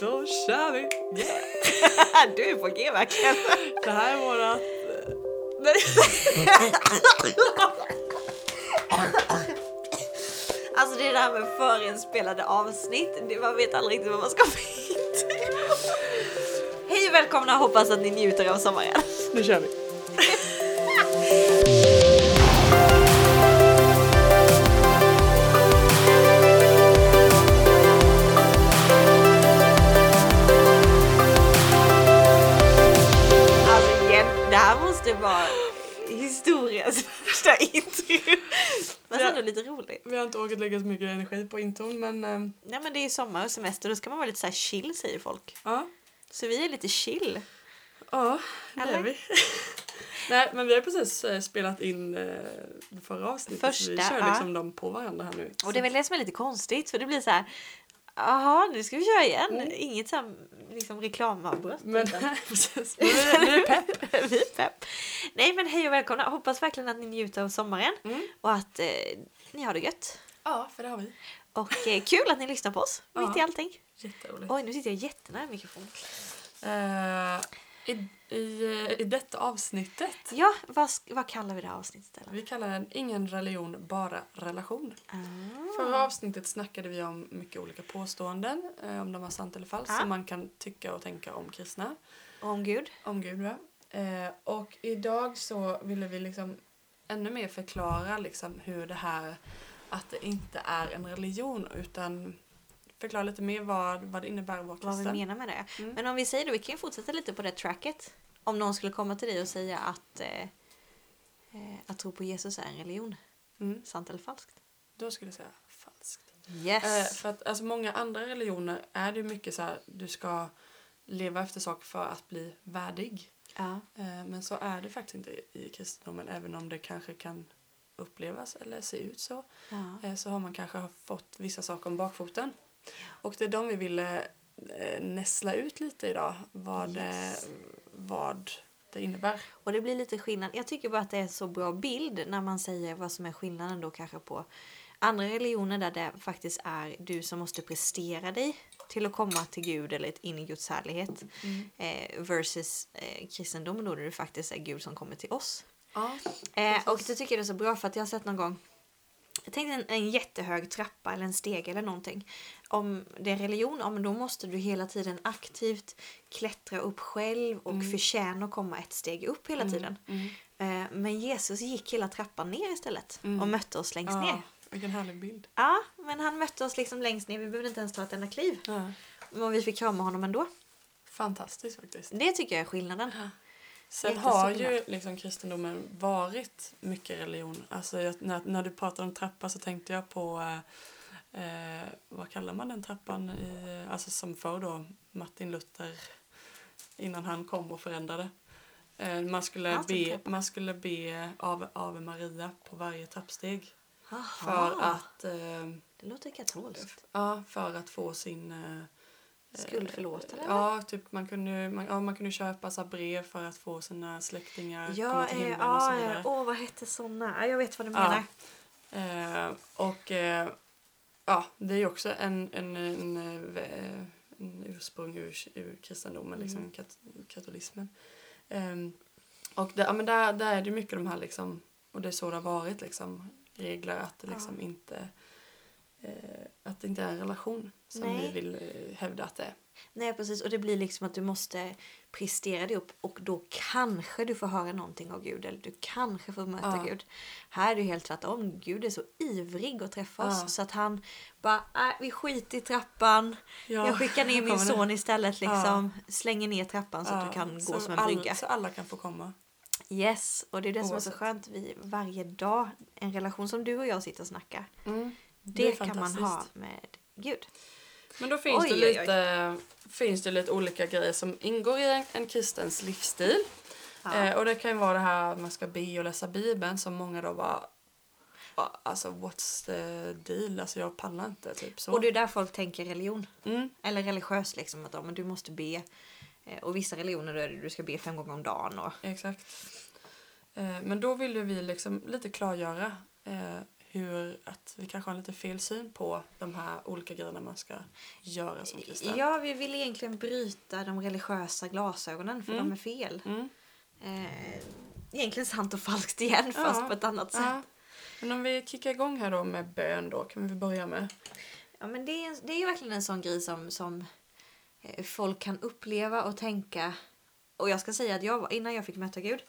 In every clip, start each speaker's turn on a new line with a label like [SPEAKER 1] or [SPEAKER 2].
[SPEAKER 1] Då kör vi!
[SPEAKER 2] du är på G verkligen.
[SPEAKER 1] Det här är vårat... eh, Nej.
[SPEAKER 2] Alltså det är det här med förinspelade avsnitt. Det, man vet aldrig riktigt vad man ska få hit. Hej och välkomna, hoppas att ni njuter av sommaren.
[SPEAKER 1] Nu kör vi!
[SPEAKER 2] Alltså igen, det här måste vara historiens värsta intro. Men
[SPEAKER 1] Ja.
[SPEAKER 2] ändå lite roligt.
[SPEAKER 1] Vi har inte orkat lägga så mycket energi på inton men... eh,
[SPEAKER 2] Nej men det är ju sommar och semester, då ska man vara lite så här chill säger folk.
[SPEAKER 1] Ja,
[SPEAKER 2] Så vi är lite chill.
[SPEAKER 1] ja det är
[SPEAKER 2] Eller?
[SPEAKER 1] vi. Nej men vi har precis eh, spelat in eh, det förra avsnittet så vi
[SPEAKER 2] Första,
[SPEAKER 1] kör
[SPEAKER 2] ja.
[SPEAKER 1] liksom dem på varandra här nu.
[SPEAKER 2] Och det är väl det som är lite konstigt för det blir så här. Jaha, nu ska vi köra igen.
[SPEAKER 1] Mm.
[SPEAKER 2] Inget så här, liksom reklamavbrott.
[SPEAKER 1] Men
[SPEAKER 2] utan-
[SPEAKER 1] precis, nu är nu är det pepp!
[SPEAKER 2] vi är pepp. Nej men hej och välkomna. Hoppas verkligen att ni njuter av sommaren
[SPEAKER 1] Mm.
[SPEAKER 2] och att eh, ni har det gött.
[SPEAKER 1] Ja, för det har vi.
[SPEAKER 2] Och eh, kul att ni lyssnar på oss
[SPEAKER 1] Ja.
[SPEAKER 2] mitt i allting.
[SPEAKER 1] Jätteroligt.
[SPEAKER 2] Oj, nu sitter jag jättenära mikrofonen.
[SPEAKER 1] Eh, i, i, eh, I detta avsnittet,
[SPEAKER 2] Ja, vad, sk- vad kallar vi det här avsnittet? Ellen?
[SPEAKER 1] vi kallar den Ingen religion, bara relation.
[SPEAKER 2] Ah.
[SPEAKER 1] Förra avsnittet snackade vi om mycket olika påståenden, eh, om de var sant eller falskt,
[SPEAKER 2] Ja.
[SPEAKER 1] som man kan tycka och tänka om kristna,
[SPEAKER 2] Och Ah. om Gud.
[SPEAKER 1] om Gud. Va? Eh, och idag så ville vi liksom ännu mer förklara liksom hur det här att det inte är en religion utan förklara lite mer vad, vad det innebär att vara
[SPEAKER 2] Vad vi
[SPEAKER 1] kristen.
[SPEAKER 2] menar med det.
[SPEAKER 1] Mm.
[SPEAKER 2] Men om vi säger det, vi kan ju fortsätta lite på det tracket. Om någon skulle komma till dig och säga att, eh, eh, att tro på Jesus är en religion.
[SPEAKER 1] Mm,
[SPEAKER 2] Sant eller falskt?
[SPEAKER 1] då skulle jag säga falskt. Eh,
[SPEAKER 2] Yes!
[SPEAKER 1] för att alltså, många andra religioner är det ju mycket så här du ska leva efter saker för att bli värdig.
[SPEAKER 2] Ja.
[SPEAKER 1] Eh, Men så är det faktiskt inte i- i kristendomen, även om det kanske kan upplevas eller se ut så.
[SPEAKER 2] ja.
[SPEAKER 1] eh, Så har man kanske har fått vissa saker om bakfoten. Och det är de vi ville eh, näsla ut lite idag, vad,
[SPEAKER 2] Yes.
[SPEAKER 1] eh, vad det innebär.
[SPEAKER 2] Och det blir lite skillnad. Jag tycker bara att det är en så bra bild när man säger vad som är skillnaden då kanske på andra religioner där det faktiskt är du som måste prestera dig till att komma till Gud eller in i Guds härlighet.
[SPEAKER 1] Mm.
[SPEAKER 2] Eh, versus eh, kristendomen då där det faktiskt är Gud som kommer till oss.
[SPEAKER 1] Ja,
[SPEAKER 2] Eh, och det tycker jag är så bra för att jag har sett någon gång. Jag tänkte en, en jättehög trappa eller en steg eller någonting. Om det är religion, ja, men då måste du hela tiden aktivt klättra upp själv och förtjäna att komma ett steg upp hela tiden.
[SPEAKER 1] mm.
[SPEAKER 2] Eh, men Jesus gick hela trappan ner istället
[SPEAKER 1] Mm.
[SPEAKER 2] och mötte oss längst
[SPEAKER 1] ja
[SPEAKER 2] ner.
[SPEAKER 1] vilken härlig bild.
[SPEAKER 2] Ja, men han mötte oss liksom längst ner. Vi behövde inte ens ta ett enda kliv.
[SPEAKER 1] Ja.
[SPEAKER 2] Men vi fick krama honom ändå.
[SPEAKER 1] Fantastiskt faktiskt.
[SPEAKER 2] Det tycker jag är skillnaden.
[SPEAKER 1] Sen
[SPEAKER 2] Jättestor
[SPEAKER 1] har ju liksom kristendomen varit mycket religion. Alltså jag, när, när du pratar om trappa så tänkte jag på eh, eh, vad kallar man den trappan i, alltså som förr då Martin Luther innan han kom och förändrade. Eh, man, skulle
[SPEAKER 2] Hans
[SPEAKER 1] be,
[SPEAKER 2] trappa.
[SPEAKER 1] man skulle be av, Ave Maria på varje trappsteg
[SPEAKER 2] Aha, Ah.
[SPEAKER 1] för att eh,
[SPEAKER 2] Det låter katolskt.
[SPEAKER 1] ja, för att få sin eh,
[SPEAKER 2] Skuld förlåten, eller?
[SPEAKER 1] Ja, typ man kunde ju man, ja, man kunde ju köpa så här brev för att få sina släktingar komma
[SPEAKER 2] Ja,
[SPEAKER 1] till
[SPEAKER 2] eh,
[SPEAKER 1] himlen och så
[SPEAKER 2] ja,
[SPEAKER 1] vidare.
[SPEAKER 2] eh, åh vad hette såna? Ja, Jag vet vad du
[SPEAKER 1] Ja.
[SPEAKER 2] menar.
[SPEAKER 1] Eh, och eh, ja, det är ju också en, en, en, eh, en ursprung ur, ur
[SPEAKER 2] Mm.
[SPEAKER 1] kristendomen, liksom kat, katolismen. Ehm, och där, ja, men där, där är det ju mycket de här liksom, och det är så det har varit liksom, regler att det liksom inte eh, att det inte är en relation som
[SPEAKER 2] Nej.
[SPEAKER 1] vi vill eh, hävda att det är.
[SPEAKER 2] Nej precis och det blir liksom att du måste prestera dig upp och då kanske du får höra någonting av Gud eller du kanske får möta
[SPEAKER 1] Ja.
[SPEAKER 2] Gud. Här är det ju helt tvärtom. Gud är så ivrig att träffa
[SPEAKER 1] Ja.
[SPEAKER 2] oss så att han bara, äh, vi skiter i trappan.
[SPEAKER 1] Ja,
[SPEAKER 2] Jag skickar ner
[SPEAKER 1] här
[SPEAKER 2] min
[SPEAKER 1] kommer det.
[SPEAKER 2] son istället liksom. Slänger ner trappan så att
[SPEAKER 1] Ja,
[SPEAKER 2] du kan
[SPEAKER 1] så
[SPEAKER 2] gå som en
[SPEAKER 1] all-
[SPEAKER 2] brygga.
[SPEAKER 1] Så alla kan få komma.
[SPEAKER 2] Yes och det är det som är så
[SPEAKER 1] Oavsett.
[SPEAKER 2] skönt. Vi varje dag, en relation som du och jag sitter och snackar.
[SPEAKER 1] Det är
[SPEAKER 2] Det kan man ha
[SPEAKER 1] fantastiskt.
[SPEAKER 2] med Gud.
[SPEAKER 1] Men då finns,
[SPEAKER 2] Oj,
[SPEAKER 1] det
[SPEAKER 2] oj, oj.
[SPEAKER 1] lite, finns det lite olika grejer som ingår i en, en kristens livsstil.
[SPEAKER 2] Ja.
[SPEAKER 1] Eh, och det kan ju vara det här att man ska be och läsa Bibeln som många då bara "Ah, Alltså what's the deal? Alltså jag pallar inte. Typ så.
[SPEAKER 2] Och det är där folk tänker religion.
[SPEAKER 1] Mm.
[SPEAKER 2] Eller religiös liksom att ja, men du måste be. Eh, Och vissa religioner då är det du ska be fem gånger om dagen. Och...
[SPEAKER 1] Exakt. Eh, men då vill ju vi liksom lite klargöra eh, hur att vi kanske har en lite fel syn på de här olika grejerna man ska göra som kristen.
[SPEAKER 2] Ja, vi vill egentligen bryta de religiösa glasögonen för de är fel.
[SPEAKER 1] Mm.
[SPEAKER 2] Eh, egentligen sant och falskt igen fast
[SPEAKER 1] Ja.
[SPEAKER 2] på ett annat sätt.
[SPEAKER 1] Ja. Men om vi kickar igång här då med bön då kan vi väl börja med.
[SPEAKER 2] Ja, men det, är, en- det är ju verkligen en sån grej som, som eh, folk kan uppleva och tänka. Och jag ska säga att jag, var- innan jag fick möta Gud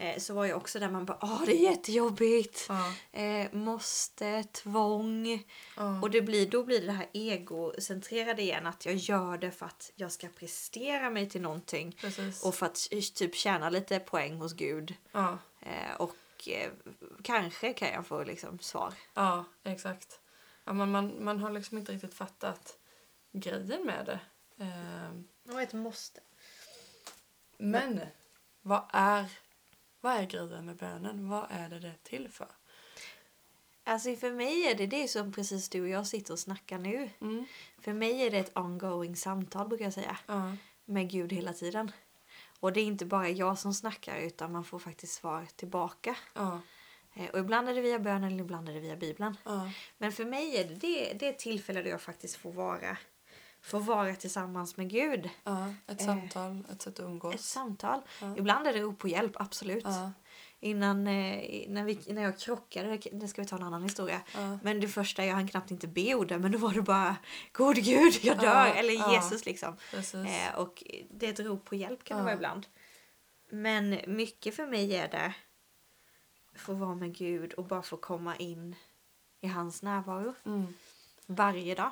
[SPEAKER 2] eh, så var jag också där man bara Åh, det är jättejobbigt.
[SPEAKER 1] Ja.
[SPEAKER 2] Eh, måste, tvång.
[SPEAKER 1] Ja.
[SPEAKER 2] Och det blir, då blir det här egocentrerade igen. Att jag gör det för att jag ska prestera mig till någonting.
[SPEAKER 1] Precis.
[SPEAKER 2] Och för att eh, typ tjäna lite poäng hos Gud.
[SPEAKER 1] Ja.
[SPEAKER 2] Eh, och eh, kanske kan jag få liksom svar.
[SPEAKER 1] Ja, exakt. Ja, man, man, man har liksom inte riktigt fattat grejen med det. Ehm,
[SPEAKER 2] Det var ett måste.
[SPEAKER 1] men vad är, vad är grejen med bönen? Vad är det det är till för?
[SPEAKER 2] Alltså för mig är det det som precis du och jag sitter och snackar nu.
[SPEAKER 1] Mm.
[SPEAKER 2] För mig är det ett ongoing samtal brukar jag säga.
[SPEAKER 1] Ja,
[SPEAKER 2] Med Gud hela tiden. Och det är inte bara jag som snackar utan man får faktiskt svar tillbaka.
[SPEAKER 1] ja,
[SPEAKER 2] Eh, Och ibland är det via bönen eller ibland är det via bibeln.
[SPEAKER 1] ja,
[SPEAKER 2] Men för mig är det det, det är ett tillfälle då jag faktiskt får vara, får vara tillsammans med Gud.
[SPEAKER 1] ja. Ett
[SPEAKER 2] Eh,
[SPEAKER 1] samtal, ett sätt att
[SPEAKER 2] Ett
[SPEAKER 1] umgås.
[SPEAKER 2] samtal.
[SPEAKER 1] Ja.
[SPEAKER 2] Ibland är det rop på hjälp, absolut.
[SPEAKER 1] Ja,
[SPEAKER 2] Innan, eh, när, vi, när jag krockade, det- det ska vi ta en annan historia.
[SPEAKER 1] ja,
[SPEAKER 2] Men det första, jag hann knappt inte be orden, men då var det bara God Gud, jag dör!
[SPEAKER 1] Ja,
[SPEAKER 2] Eller
[SPEAKER 1] ja.
[SPEAKER 2] Jesus liksom.
[SPEAKER 1] precis.
[SPEAKER 2] Eh, och det är ett rop på hjälp kan det
[SPEAKER 1] Ja.
[SPEAKER 2] vara ibland. Men mycket för mig är det få vara med Gud och bara få komma in i hans närvaro
[SPEAKER 1] Mm.
[SPEAKER 2] varje dag.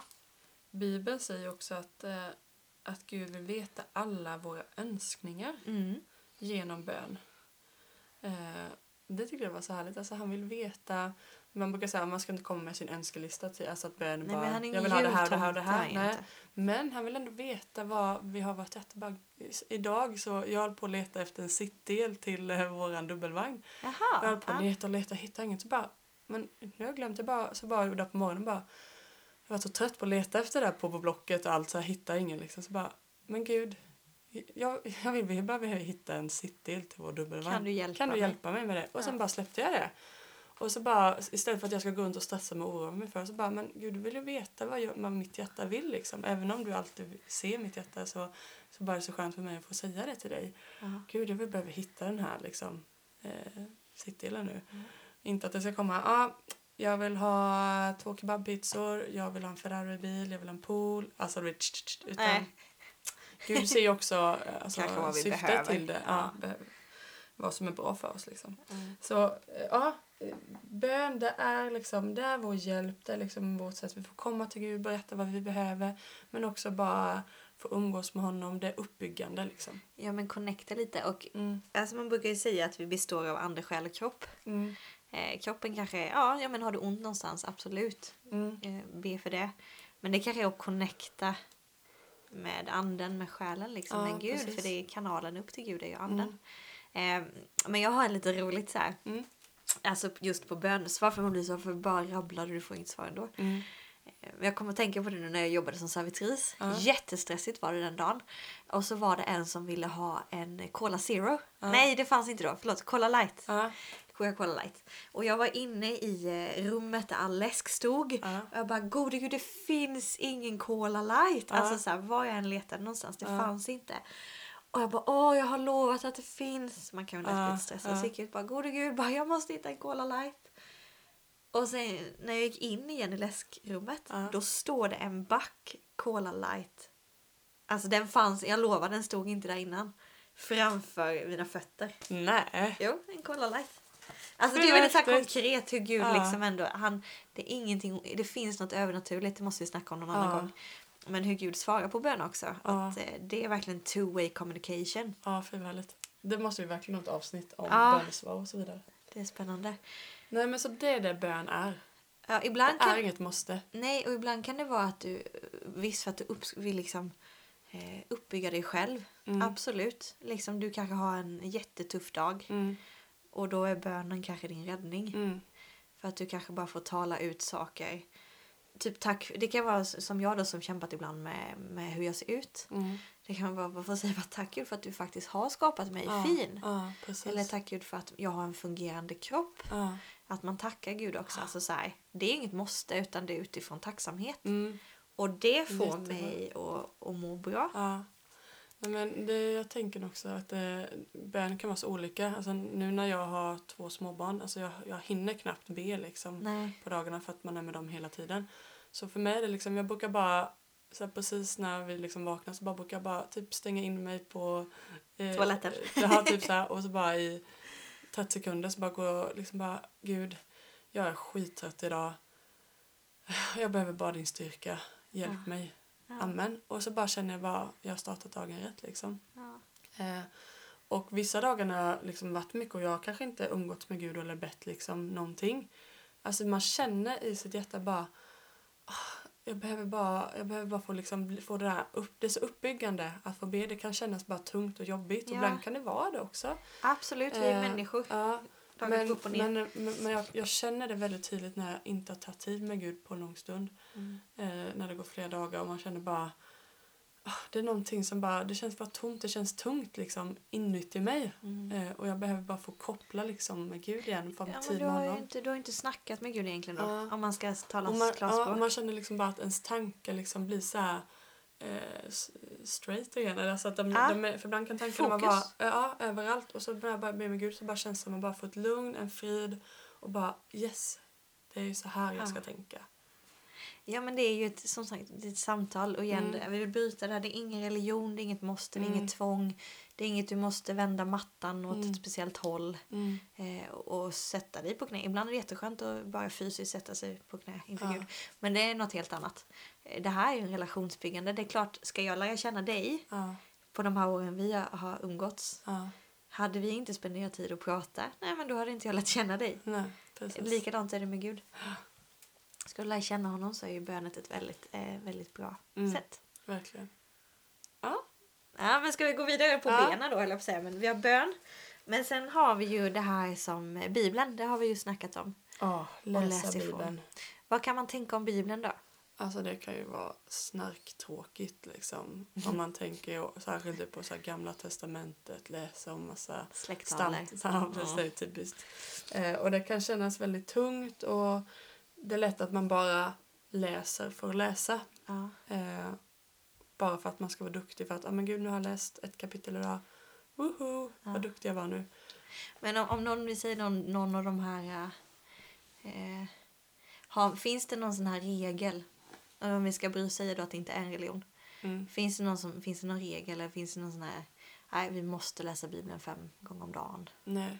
[SPEAKER 1] Bibeln säger också att, eh, att Gud vill veta alla våra önskningar.
[SPEAKER 2] Mm.
[SPEAKER 1] genom bön. Eh, det tycker jag var så härligt. Alltså, han vill veta. Man brukar säga att man ska inte komma med sin önskelista. Till, alltså att bön
[SPEAKER 2] Nej,
[SPEAKER 1] bara,
[SPEAKER 2] men han är
[SPEAKER 1] jag
[SPEAKER 2] ingen
[SPEAKER 1] vill ha det här och det här och
[SPEAKER 2] jultomte.
[SPEAKER 1] det
[SPEAKER 2] han
[SPEAKER 1] här.
[SPEAKER 2] är
[SPEAKER 1] Nej.
[SPEAKER 2] inte.
[SPEAKER 1] Men han vill ändå veta vad vi har varit efter. Bara, is- idag så jag höll på att leta efter en sittdel till eh, våran dubbelvagn. Jag höll
[SPEAKER 2] Jaha.
[SPEAKER 1] på att leta och leta och hittade inget. Så bara, men nu har jag glömt det. Bara, så bara där på morgonen bara. Jag var så trött på att leta efter det här på Blocket och allt så jag hittade ingen liksom. Så bara, men gud. Jag, jag vill vi behöver hitta en sittdel till vår dubbelvagn.
[SPEAKER 2] Kan du hjälpa
[SPEAKER 1] Kan du
[SPEAKER 2] mig?
[SPEAKER 1] hjälpa mig med det? Och sen
[SPEAKER 2] Ja.
[SPEAKER 1] bara släppte jag det. Och så bara, istället för att jag ska gå runt och stressa mig och oroa mig för så bara, men gud du vill ju veta vad, jag, vad mitt hjärta vill liksom. Även om du alltid ser mitt hjärta så, så bara är det så skönt för mig att få säga det till dig.
[SPEAKER 2] Ja.
[SPEAKER 1] Gud jag vill behöva hitta den här liksom eh, sittdelen nu.
[SPEAKER 2] Mm.
[SPEAKER 1] Inte att det ska komma, ah, jag vill ha två kebabpizzor, jag vill ha en Ferrari-bil, jag vill ha en pool. Alltså du vet, tsch, tsch, tsch, utan
[SPEAKER 2] Nej.
[SPEAKER 1] Gud ser ju också eh, alltså,
[SPEAKER 2] Kanske vad vi
[SPEAKER 1] syftet
[SPEAKER 2] behöver.
[SPEAKER 1] till det. Ja, behöver. Vad som är bra för oss liksom. Så eh, ja, eh, bön det är liksom, det är vår hjälp, det är liksom vårt sätt. Vi får komma till Gud, berätta vad vi behöver. Men också bara få umgås med honom, det är uppbyggande liksom.
[SPEAKER 2] Ja men connecta lite och
[SPEAKER 1] Mm,
[SPEAKER 2] alltså man brukar ju säga att vi består av ande, själ och kropp.
[SPEAKER 1] mm,
[SPEAKER 2] Eh, kroppen kanske, är- ja, ja men har du ont någonstans, absolut.
[SPEAKER 1] mm.
[SPEAKER 2] Eh, be för det. Men det kanske är att connecta med anden, med själen liksom,
[SPEAKER 1] Ja,
[SPEAKER 2] med Gud.
[SPEAKER 1] precis.
[SPEAKER 2] För det är kanalen upp till Gud, det är ju anden. Eh, men jag har en lite roligt så här.
[SPEAKER 1] Mm.
[SPEAKER 2] Alltså just på bönesvar, för man blir så, för bara rabblar du, du får inget svar ändå.
[SPEAKER 1] Mm.
[SPEAKER 2] Men Jag kommer att tänka på det nu när jag jobbade som servitris.
[SPEAKER 1] Ja.
[SPEAKER 2] Jättestressigt var det den dagen. Och så var det en som ville ha en Cola Zero.
[SPEAKER 1] Ja.
[SPEAKER 2] Nej, det fanns inte då. Förlåt, Cola Light.
[SPEAKER 1] Ja,
[SPEAKER 2] Coca-Cola Light. Och jag var inne i eh, rummet där all läsk stod.
[SPEAKER 1] Ja.
[SPEAKER 2] Och jag bara, gode gud, det finns ingen Cola Light.
[SPEAKER 1] Ja.
[SPEAKER 2] Alltså så här, var jag än letade någonstans, det
[SPEAKER 1] Ja.
[SPEAKER 2] fanns inte. Och jag bara, åh, jag har lovat att det finns. Man kan ju lätt
[SPEAKER 1] Ja,
[SPEAKER 2] bli lite stressad.
[SPEAKER 1] ja.
[SPEAKER 2] Så gick jag ut bara, gode gud, bara, jag måste hitta en Cola Light. Och sen när jag gick in igen i läskrummet,
[SPEAKER 1] Ja.
[SPEAKER 2] då står det en back Cola Light. Alltså den fanns, jag lovar, den stod inte där innan. Framför mina fötter.
[SPEAKER 1] nej.
[SPEAKER 2] Jo, en Cola Light. Alltså
[SPEAKER 1] Men
[SPEAKER 2] det är väldigt så här
[SPEAKER 1] häftigt.
[SPEAKER 2] konkret hur Gud
[SPEAKER 1] Ja.
[SPEAKER 2] liksom ändå, han, det är ingenting, det finns något övernaturligt, det måste vi snacka om någon annan
[SPEAKER 1] Ja.
[SPEAKER 2] gång. Men hur Gud svarar på bön också.
[SPEAKER 1] Ja.
[SPEAKER 2] Att, eh, det är verkligen two way communication.
[SPEAKER 1] Ja, fy vad härligt. Det måste vi verkligen ha ett avsnitt om
[SPEAKER 2] Ja.
[SPEAKER 1] bönesvar och så vidare.
[SPEAKER 2] Det är spännande.
[SPEAKER 1] Nej men så det är det bön är.
[SPEAKER 2] Ja,
[SPEAKER 1] Det
[SPEAKER 2] ibland
[SPEAKER 1] är
[SPEAKER 2] kan,
[SPEAKER 1] inget måste.
[SPEAKER 2] nej, och ibland kan det vara att du, eh, visst för att du upp, vill liksom eh, uppbygga dig själv.
[SPEAKER 1] Mm.
[SPEAKER 2] Absolut. Liksom, du kanske har en jättetuff dag
[SPEAKER 1] Mm,
[SPEAKER 2] och då är bönen kanske din räddning.
[SPEAKER 1] mm,
[SPEAKER 2] För att du kanske bara får tala ut saker. Typ tack, det kan vara s- som jag då som kämpat ibland med, med hur jag ser ut.
[SPEAKER 1] mm.
[SPEAKER 2] Det kan vara bara få säga bara tack Gud för att du faktiskt har skapat mig
[SPEAKER 1] Ja,
[SPEAKER 2] fin.
[SPEAKER 1] Ja, precis.
[SPEAKER 2] Eller tack Gud för att jag har en fungerande kropp.
[SPEAKER 1] Ja,
[SPEAKER 2] Att man tackar Gud också. Alltså så här, det är inget måste utan det är utifrån tacksamhet.
[SPEAKER 1] Mm.
[SPEAKER 2] Och det får
[SPEAKER 1] Jättebra.
[SPEAKER 2] mig att, att må bra.
[SPEAKER 1] Ja. Nej, men det, jag tänker nog också att eh, bön kan vara så olika. Alltså, nu när jag har två småbarn, alltså jag, jag hinner knappt be liksom,
[SPEAKER 2] Nej.
[SPEAKER 1] på dagarna för att man är med dem hela tiden. Så för mig är det liksom, jag brukar bara så här, precis när vi liksom vaknar så bara brukar jag bara typ stänga in mig på eh,
[SPEAKER 2] Toaletten.
[SPEAKER 1] Ja, typ så här, och så bara i 30 sekunder så bara går jag liksom bara Gud, jag är skittrött idag. Jag behöver bara din styrka. Hjälp
[SPEAKER 2] Ja.
[SPEAKER 1] mig.
[SPEAKER 2] Ja.
[SPEAKER 1] Amen. Och så bara känner jag bara, jag har startat dagen rätt liksom.
[SPEAKER 2] Ja.
[SPEAKER 1] Eh, och vissa dagar när jag liksom varit mycket och jag har kanske inte umgåtts med Gud eller bett liksom någonting. Alltså man känner i sitt hjärta bara, "Ah, jag behöver bara, jag behöver bara få liksom, bli- få det där upp, det är så uppbyggande att få be. Det kan kännas bara tungt och jobbigt och
[SPEAKER 2] Ja.
[SPEAKER 1] ibland kan det vara det också.
[SPEAKER 2] Absolut, vi är
[SPEAKER 1] Eh,
[SPEAKER 2] människor.
[SPEAKER 1] Ja,
[SPEAKER 2] Dagen
[SPEAKER 1] men
[SPEAKER 2] går upp och ner.
[SPEAKER 1] men, men, men jag, jag känner det väldigt tydligt när jag inte har tagit tid med Gud på en lång stund
[SPEAKER 2] Mm.
[SPEAKER 1] eh, när det går flera dagar och man känner bara ah, det är någonting som bara, det känns bara tomt, det känns tungt liksom inuti mig
[SPEAKER 2] Mm.
[SPEAKER 1] eh, och jag behöver bara få koppla liksom med Gud igen, få
[SPEAKER 2] Ja, men
[SPEAKER 1] tid
[SPEAKER 2] du,
[SPEAKER 1] med
[SPEAKER 2] har ju
[SPEAKER 1] honom.
[SPEAKER 2] inte, du har ju inte snackat med Gud egentligen då,
[SPEAKER 1] Ja.
[SPEAKER 2] om man ska tala
[SPEAKER 1] Och man,
[SPEAKER 2] klarspråk.
[SPEAKER 1] ja, och man känner liksom bara att ens tankar liksom blir så här eh, s- straight igen. Eller så att de,
[SPEAKER 2] Ja.
[SPEAKER 1] de är, för ibland kan tankarna vara
[SPEAKER 2] Fokus.
[SPEAKER 1] bara, ja, överallt och så när jag bara ber med Gud så bara känns det som att man bara får ett lugn, en frid och bara yes, det är ju så här
[SPEAKER 2] Ja.
[SPEAKER 1] jag ska tänka.
[SPEAKER 2] Ja men det är ju ett, som sagt det är ett samtal och igen
[SPEAKER 1] Mm.
[SPEAKER 2] vi vill bryta det här. Det är ingen religion, det är inget måste, det är
[SPEAKER 1] Mm.
[SPEAKER 2] inget tvång. Det är inget du måste vända mattan åt
[SPEAKER 1] Mm.
[SPEAKER 2] ett speciellt håll eh, och, och sätta dig på knä. Ibland är det jätteskönt att bara fysiskt sätta sig på knä inför
[SPEAKER 1] Ja.
[SPEAKER 2] Gud. Men det är något helt annat. Eh, Det här är ju en relationsbyggande. Det är klart, ska jag lära känna dig
[SPEAKER 1] Ja,
[SPEAKER 2] på de här åren vi har- har umgåtts.
[SPEAKER 1] ja,
[SPEAKER 2] Hade vi inte spenderat tid att prata, nej men då hade inte jag lärt känna dig.
[SPEAKER 1] nej, precis.
[SPEAKER 2] Likadant är det med Gud. Ska du lära känna honom så är ju bönet ett väldigt, eh, väldigt bra
[SPEAKER 1] Mm.
[SPEAKER 2] sätt.
[SPEAKER 1] Verkligen.
[SPEAKER 2] Ja, men ska vi gå vidare på
[SPEAKER 1] Ja.
[SPEAKER 2] benen då, eller på säga, men vi har bön. Men sen har vi ju det här som eh, Bibeln, det har vi ju snackat om.
[SPEAKER 1] Ja, läsa,
[SPEAKER 2] läs ifrån.
[SPEAKER 1] Bibeln.
[SPEAKER 2] Vad kan man tänka om Bibeln då?
[SPEAKER 1] Alltså det kan ju vara snarktråkigt liksom. Om man tänker ju särskilt typ på så här gamla testamentet, läsa om massa
[SPEAKER 2] Släkttaler.
[SPEAKER 1] stamp. Ja, precis, det är typiskt. Eh, och det kan kännas väldigt tungt och det är lätt att man bara läser för att läsa.
[SPEAKER 2] Ja.
[SPEAKER 1] Eh, bara för att man ska vara duktig för att, ah, men gud nu har jag läst ett kapitel idag. Woho,
[SPEAKER 2] Ja.
[SPEAKER 1] vad duktig jag var nu.
[SPEAKER 2] Men om, om någon, vi säger någon, någon av de här... eh, Eh, har, finns det någon sån här regel? Om vi ska bry säga då att det inte är en religion.
[SPEAKER 1] Mm.
[SPEAKER 2] Finns det någon, som, finns det någon regel eller finns det någon sån här... Nej, vi måste läsa Bibeln fem gånger om dagen
[SPEAKER 1] Nej.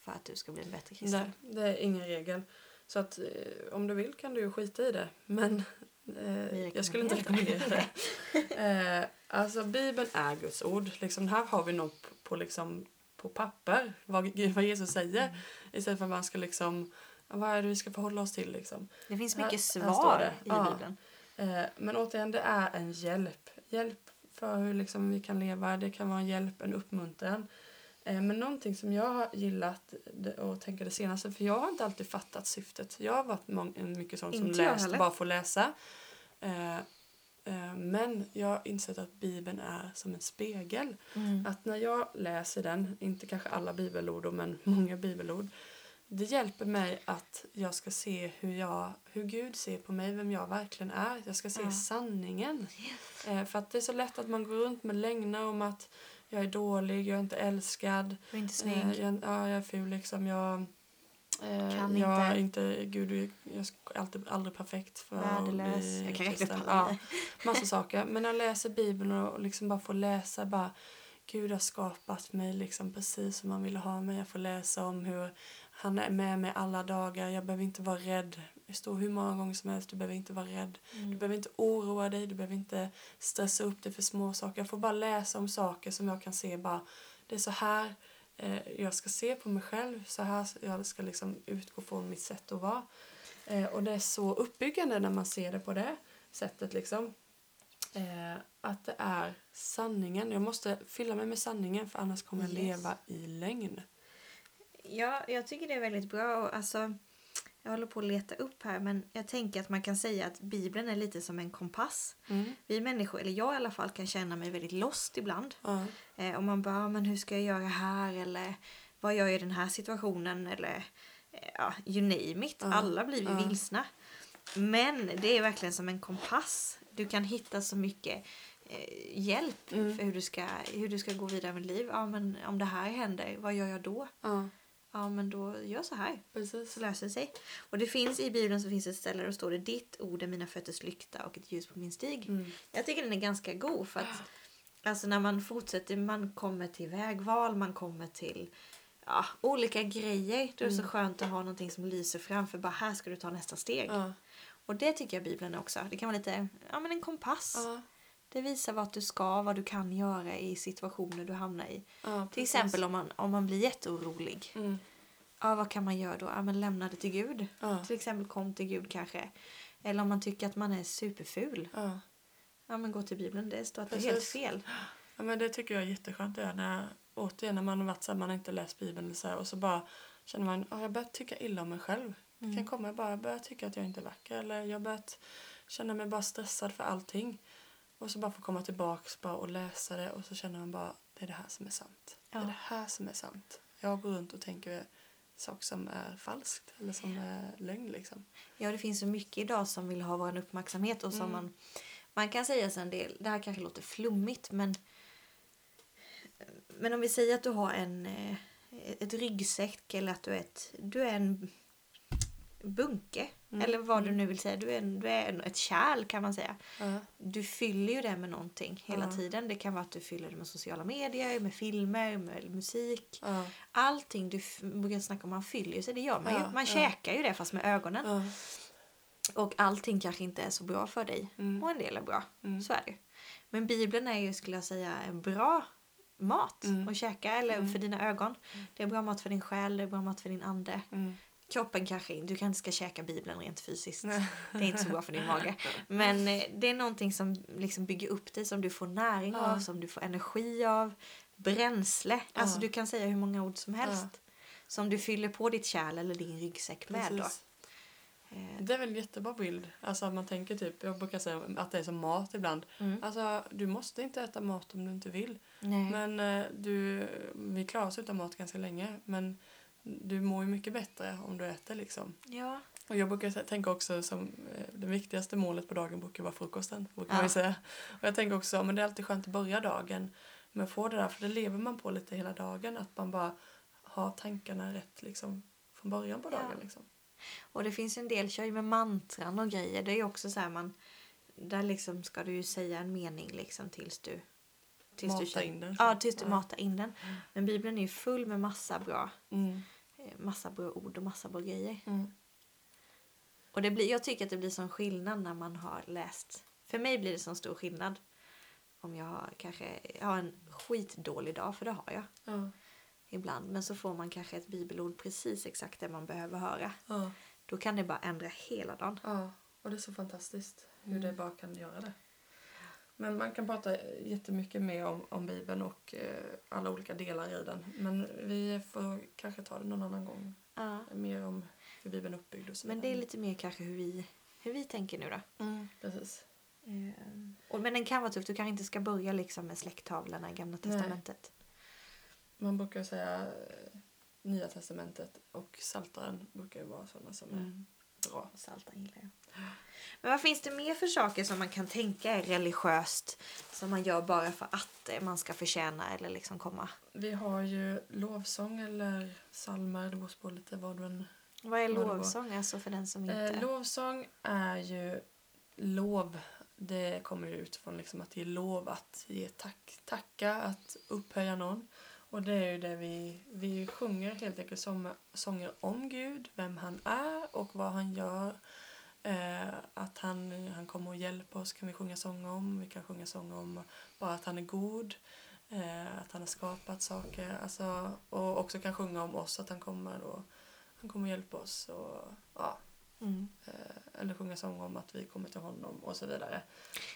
[SPEAKER 2] för att du ska bli en bättre kristen.
[SPEAKER 1] Nej, det är ingen regel. Så att eh, om du vill kan du ju skita i det. Men eh, jag skulle inte rekommendera det. eh, alltså Bibeln är Guds ord. Liksom, här har vi något på, på, liksom, på papper vad, Gud- vad Jesus säger. Istället för att man ska liksom, vad är det vi ska förhålla oss till liksom.
[SPEAKER 2] Det finns
[SPEAKER 1] Här-
[SPEAKER 2] mycket
[SPEAKER 1] här står
[SPEAKER 2] svar
[SPEAKER 1] det.
[SPEAKER 2] i
[SPEAKER 1] Ja.
[SPEAKER 2] Bibeln.
[SPEAKER 1] Eh, men återigen, det är en hjälp. Hjälp för hur liksom, vi kan leva. Det kan vara en hjälp, en uppmuntran. Eh, men någonting som jag har gillat det- och tänker det senaste, för jag har inte alltid fattat syftet. Jag har varit mång- en mycket sån som
[SPEAKER 2] Inte jag
[SPEAKER 1] läst
[SPEAKER 2] heller.
[SPEAKER 1] bara för att läsa. Eh, eh, men jag har insett att Bibeln är som en spegel.
[SPEAKER 2] Mm.
[SPEAKER 1] Att när jag läser den, inte kanske alla bibelord då, men många bibelord, det hjälper mig att jag ska se hur, jag, hur Gud ser på mig, vem jag verkligen är. Jag ska se
[SPEAKER 2] Ja.
[SPEAKER 1] sanningen. Eh, för att det är så lätt att man går runt med lögner om att jag är dålig, jag är inte älskad,
[SPEAKER 2] Du är inte snygg.
[SPEAKER 1] eh, jag, ja, jag är ful liksom, jag... Eh,
[SPEAKER 2] Kan
[SPEAKER 1] jag är
[SPEAKER 2] inte.
[SPEAKER 1] inte, gud, jag- jag är alltid, aldrig perfekt för att
[SPEAKER 2] Värdelös.
[SPEAKER 1] bli
[SPEAKER 2] Jag kan räkna upp
[SPEAKER 1] kristen.
[SPEAKER 2] alla.
[SPEAKER 1] Ja, massa saker. Men när jag läser Bibeln och liksom bara får läsa bara Gud har skapat mig liksom precis som han ville ha mig. Jag får läsa om hur han är med mig alla dagar. Jag behöver inte vara rädd. Det står hur många gånger som helst. Du behöver inte vara rädd. Du
[SPEAKER 2] Mm.
[SPEAKER 1] behöver inte oroa dig. Du behöver inte stressa upp dig för små saker. Jag får bara läsa om saker som jag kan se bara det är så här eh, jag ska se på mig själv. Så här jag ska liksom utgå från mitt sätt att vara. Eh, och det är så uppbyggande när man ser det på det sättet liksom. Eh, att det är sanningen. Jag måste fylla mig med sanningen för annars kommer jag
[SPEAKER 2] Yes.
[SPEAKER 1] leva i lögn.
[SPEAKER 2] Eh, Ja, jag tycker det är väldigt bra. Och alltså, jag håller på att leta upp här men jag tänker att man kan säga att Bibeln är lite som en kompass.
[SPEAKER 1] Mm.
[SPEAKER 2] Vi människor, eller jag i alla fall, kan känna mig väldigt lost ibland.
[SPEAKER 1] Ja.
[SPEAKER 2] Eh, och man bara, "Ah, men hur ska jag göra här? Eller vad gör jag i den här situationen? Eller eh, ja, you name it. Alla blir ju
[SPEAKER 1] ja.
[SPEAKER 2] vilsna. Men det är verkligen som en kompass. Du kan hitta så mycket eh, hjälp
[SPEAKER 1] Mm.
[SPEAKER 2] för hur du, ska, hur du ska gå vidare med liv. Ja, men om det här händer, vad gör jag då?
[SPEAKER 1] Ja,
[SPEAKER 2] Ja, men då gör så här.
[SPEAKER 1] precis.
[SPEAKER 2] Så löser det sig. Och det finns i Bibeln så finns ett ställe där det står det ditt ord är mina fötters lykta och ett ljus på min stig.
[SPEAKER 1] Mm.
[SPEAKER 2] Jag tycker den är ganska god för att alltså när man fortsätter, man kommer till vägval, man kommer till ja, olika grejer. Då är det
[SPEAKER 1] Mm.
[SPEAKER 2] så skönt att ha någonting som lyser framför. Bara här ska du ta nästa steg.
[SPEAKER 1] Ja,
[SPEAKER 2] Och det tycker jag Bibeln är också. Det kan vara lite, ja men en kompass.
[SPEAKER 1] ja,
[SPEAKER 2] Det visar vart du ska, vad du kan göra i situationer du hamnar i.
[SPEAKER 1] ja,
[SPEAKER 2] Till
[SPEAKER 1] precis.
[SPEAKER 2] exempel om man, om man blir jätteorolig.
[SPEAKER 1] Mm.
[SPEAKER 2] Ja, vad kan man göra då? Ja, men lämna det till Gud.
[SPEAKER 1] Ja.
[SPEAKER 2] Till exempel kom till Gud kanske. Eller om man tycker att man är superful.
[SPEAKER 1] Ja.
[SPEAKER 2] Ja, men gå till Bibeln. Det står att det är
[SPEAKER 1] Precis.
[SPEAKER 2] helt fel.
[SPEAKER 1] ja, men det tycker jag är jätteskönt att göra. När, återigen när man har varit så här, man har inte läst Bibeln eller så här, och så bara känner man att jag börjar tycka illa om mig själv. Det
[SPEAKER 2] Mm.
[SPEAKER 1] kan komma, jag bara börjar tycka att jag inte är vacker eller jag börjar känna mig bara stressad för allting. Och så bara få komma tillbaks bara och läsa det och så känner man bara det är det här som är sant. Det
[SPEAKER 2] Ja.
[SPEAKER 1] är det här som är sant. Jag går runt och tänker saker som är falskt eller som är lögn liksom.
[SPEAKER 2] Ja, det finns så mycket idag som vill ha vår uppmärksamhet och som
[SPEAKER 1] Mm.
[SPEAKER 2] man, man kan säga så en del. Det här kanske låter flummigt, men men om vi säger att du har en eh, ett ryggsäck eller att du är ett, du är en bunke
[SPEAKER 1] Mm.
[SPEAKER 2] eller vad du nu vill säga. Du är, en, du är en, ett kärl kan man säga.
[SPEAKER 1] Ja,
[SPEAKER 2] du fyller ju det med någonting hela
[SPEAKER 1] Ja.
[SPEAKER 2] tiden. Det kan vara att du fyller det med sociala medier, med filmer, med musik.
[SPEAKER 1] ja,
[SPEAKER 2] Allting du f- brukar snacka om, man fyller ju sig. Det gör man
[SPEAKER 1] Ja,
[SPEAKER 2] ju. Man
[SPEAKER 1] ja.
[SPEAKER 2] käkar ju det fast med ögonen.
[SPEAKER 1] ja,
[SPEAKER 2] Och allting kanske inte är så bra för dig.
[SPEAKER 1] Mm.
[SPEAKER 2] Och en del är bra.
[SPEAKER 1] Mm.
[SPEAKER 2] Så är det ju. Men Bibeln är ju, skulle jag säga, en bra mat
[SPEAKER 1] Mm.
[SPEAKER 2] att käka. Eller
[SPEAKER 1] Mm.
[SPEAKER 2] för dina ögon. Det är bra mat för din själ, det är bra mat för din ande.
[SPEAKER 1] mm,
[SPEAKER 2] Kroppen kanske, du kanske inte ska käka Bibeln rent fysiskt.
[SPEAKER 1] Nej.
[SPEAKER 2] Det är inte så bra för din mage. Men eh, det är någonting som liksom bygger upp dig, som du får näring
[SPEAKER 1] Ja.
[SPEAKER 2] av, som du får energi av. Bränsle. Alltså
[SPEAKER 1] Ja.
[SPEAKER 2] du kan säga hur många ord som helst. Som du fyller på ditt kärl eller din ryggsäck med då. Eh,
[SPEAKER 1] precis. Det är väl en jättebra bild. Alltså att man tänker typ, jag brukar säga att det är som mat ibland.
[SPEAKER 2] Mm.
[SPEAKER 1] Alltså du måste inte äta mat om du inte vill.
[SPEAKER 2] Nej.
[SPEAKER 1] Men eh, du, vi klarar oss utan mat ganska länge. Men du mår ju mycket bättre om du äter liksom.
[SPEAKER 2] Ja.
[SPEAKER 1] Och jag brukar sä- tänka också som eh, det viktigaste målet på dagen brukar vara frukosten. Brukar
[SPEAKER 2] Ja.
[SPEAKER 1] man ju säga. Och jag tänker också, men det är alltid skönt att börja dagen med att få det där. För det lever man på lite hela dagen. Att man bara har tankarna rätt liksom från början på
[SPEAKER 2] Ja.
[SPEAKER 1] dagen liksom.
[SPEAKER 2] Och det finns ju en del, kör ju med mantran och grejer. Det är ju också så här man, där liksom ska du ju säga en mening liksom tills du tills
[SPEAKER 1] Mata
[SPEAKER 2] du känner-
[SPEAKER 1] in den.
[SPEAKER 2] Ja, tills du matar in den. Men Bibeln är ju full med massa bra,
[SPEAKER 1] Mm.
[SPEAKER 2] eh, massa bra ord och massa bra grejer.
[SPEAKER 1] Mm.
[SPEAKER 2] Och det blir, jag tycker att det blir sån skillnad när man har läst. För mig blir det sån stor skillnad. Om jag har, kanske jag har en skitdålig dag, för det har jag
[SPEAKER 1] Ja.
[SPEAKER 2] ibland. Men så får man kanske ett bibelord precis exakt det man behöver höra.
[SPEAKER 1] Ja.
[SPEAKER 2] Då kan det bara ändra hela dagen.
[SPEAKER 1] Ja, och det är så fantastiskt hur
[SPEAKER 2] Mm.
[SPEAKER 1] det bara kan göra det. Men man kan prata jättemycket mer om, om Bibeln och eh, alla olika delar i den. Men vi får kanske ta det någon annan gång.
[SPEAKER 2] Ja.
[SPEAKER 1] Mer om hur Bibeln är uppbyggd och så
[SPEAKER 2] Men det
[SPEAKER 1] vidare.
[SPEAKER 2] är lite mer kanske hur vi, hur vi tänker nu då.
[SPEAKER 1] Mm, precis.
[SPEAKER 2] Och, men den kan vara tuff. Du kanske inte ska börja liksom med släkttavlorna i Gamla
[SPEAKER 1] Nej.
[SPEAKER 2] Testamentet.
[SPEAKER 1] Man brukar säga eh, Nya Testamentet och Psaltaren brukar ju vara sådana som
[SPEAKER 2] Mm.
[SPEAKER 1] är bra.
[SPEAKER 2] Salta gillar jag. Men vad finns det mer för saker som man kan tänka är religiöst? Som man gör bara för att eh, man ska förtjäna eller liksom komma?
[SPEAKER 1] Vi har ju lovsång eller psalmer, det beror på lite vad du än
[SPEAKER 2] Vad är
[SPEAKER 1] Vad det var.
[SPEAKER 2] lovsång alltså för den som inte...
[SPEAKER 1] Eh, lovsång är ju lov. Det kommer ju utifrån liksom att ge lov, att ge tack, tacka, att upphöja någon. Och det är ju det vi, vi sjunger helt enkelt som, sånger om Gud, vem han är och vad han gör. Eh, att han, han kommer och hjälper oss kan vi sjunga sånger om. Vi kan sjunga sånger om bara att han är god, eh, att han har skapat saker. Alltså, och också kan sjunga om oss, att han kommer och han kommer och hjälper oss. Och, ja,
[SPEAKER 2] mm.
[SPEAKER 1] eller sjunga sånger om att vi kommer till honom och så vidare.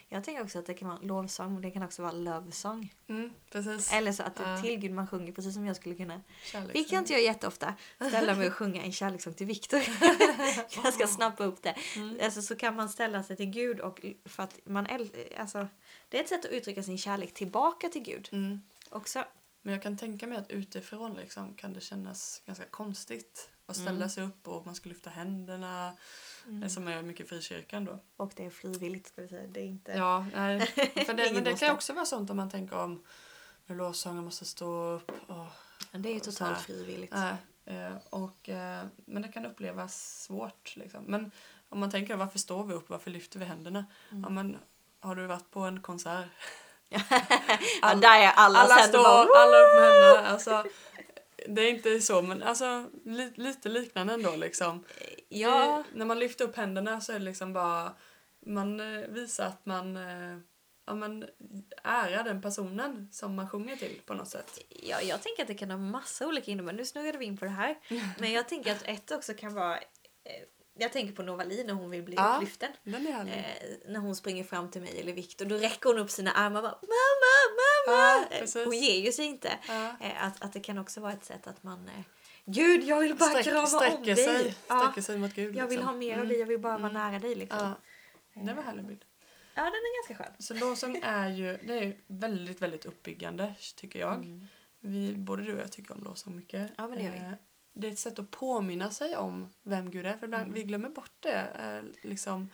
[SPEAKER 2] Jag tänker också att det kan vara lovsång men det kan också vara lovesång.
[SPEAKER 1] Mm, precis.
[SPEAKER 2] Eller så att det är
[SPEAKER 1] Ja.
[SPEAKER 2] till Gud man sjunger precis som jag skulle kunna.
[SPEAKER 1] Kärlek.
[SPEAKER 2] Det kan inte jag jätteofta. Ställa mig och sjunga en kärlekssång till Viktor. jag ska snappa upp det. Alltså, så kan man ställa sig till Gud och för att man äl- alltså, Det är ett sätt att uttrycka sin kärlek tillbaka till Gud
[SPEAKER 1] Mm.
[SPEAKER 2] också.
[SPEAKER 1] Men jag kan tänka mig att utifrån liksom kan det kännas ganska konstigt Och ställa
[SPEAKER 2] Mm.
[SPEAKER 1] sig upp och man ska lyfta händerna. eh, Som är mycket frikyrkan då.
[SPEAKER 2] Och det är frivilligt ska vi säga. Det är inte...
[SPEAKER 1] Ja, nej. För det,
[SPEAKER 2] Ingen
[SPEAKER 1] men det
[SPEAKER 2] måste.
[SPEAKER 1] kan ju också vara sånt om man tänker om nu lovsången måste stå upp. Och,
[SPEAKER 2] det är ju
[SPEAKER 1] Så här.
[SPEAKER 2] totalt frivilligt.
[SPEAKER 1] nej, eh, och, eh, men det kan upplevas svårt. Liksom. Men om man tänker varför står vi upp, varför lyfter vi händerna?
[SPEAKER 2] Mm.
[SPEAKER 1] Ja, men, har du varit på en konsert?
[SPEAKER 2] ja, där är alla,
[SPEAKER 1] Alla
[SPEAKER 2] sen
[SPEAKER 1] står,
[SPEAKER 2] bara,
[SPEAKER 1] alla upp med händerna. Alltså, det är inte så, men alltså, li, lite liknande ändå. Liksom.
[SPEAKER 2] Ja,
[SPEAKER 1] Eh, När man lyfter upp händerna så är det liksom bara man eh, visar att man eh, ja, men ärar den personen som man sjunger till på något sätt.
[SPEAKER 2] Ja, jag tänker att det kan ha massa olika innebörd. Nu snurrade vi in på det här. Men jag tänker att ett också kan vara... eh, Jag tänker på Novali när hon vill bli
[SPEAKER 1] Ja.
[SPEAKER 2] upplyften.
[SPEAKER 1] Den är härlig.
[SPEAKER 2] Eh, när hon springer fram till mig eller Viktor, då räcker hon upp sina armar och bara “mamma, mamma!”
[SPEAKER 1] Ja, precis.
[SPEAKER 2] Eh, Hon ger ju sig inte.
[SPEAKER 1] Ja.
[SPEAKER 2] Eh, att, att det kan också vara ett sätt att man eh, “Gud, jag vill bara krama om dig!”
[SPEAKER 1] sträcker sig,
[SPEAKER 2] ja,
[SPEAKER 1] sträcker sig mot Gud.
[SPEAKER 2] “Jag vill
[SPEAKER 1] liksom.
[SPEAKER 2] ha mer av dig, jag vill bara vara nära dig”. Liksom.
[SPEAKER 1] Ja.
[SPEAKER 2] Mm. Ja.
[SPEAKER 1] Det var en härlig bild.
[SPEAKER 2] den är ganska skön.
[SPEAKER 1] Så lovsång är ju det är ju väldigt, väldigt uppbyggande tycker jag.
[SPEAKER 2] Mm.
[SPEAKER 1] Vi, både du och jag tycker om lovsång mycket.
[SPEAKER 2] Ja, men det gör vi.
[SPEAKER 1] Eh, det är ett sätt att påminna sig om vem Gud är. För ibland,
[SPEAKER 2] Mm.
[SPEAKER 1] vi glömmer bort det. Eh, liksom,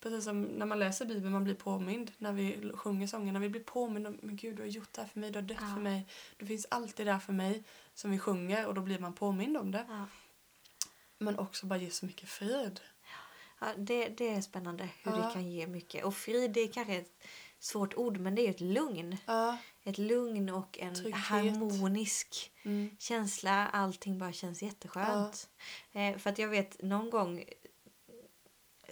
[SPEAKER 1] precis som när man läser Bibeln, man blir påmind. När vi sjunger sångerna, vi blir påminna om men Gud, du har gjort det här för mig, du har dött
[SPEAKER 2] Ja.
[SPEAKER 1] för mig. Du finns alltid där för mig som vi sjunger och då blir man påmind om det.
[SPEAKER 2] Ja.
[SPEAKER 1] Men också bara ge så mycket frid.
[SPEAKER 2] Ja, det, det är spännande hur
[SPEAKER 1] Ja.
[SPEAKER 2] det kan ge mycket. Och frid det är kanske ett svårt ord men det är ju ett lugn.
[SPEAKER 1] Ja.
[SPEAKER 2] Ett lugn och en
[SPEAKER 1] Trygghet.
[SPEAKER 2] harmonisk
[SPEAKER 1] Mm.
[SPEAKER 2] känsla. Allting bara känns jätteskönt. Eh, för att jag vet någon gång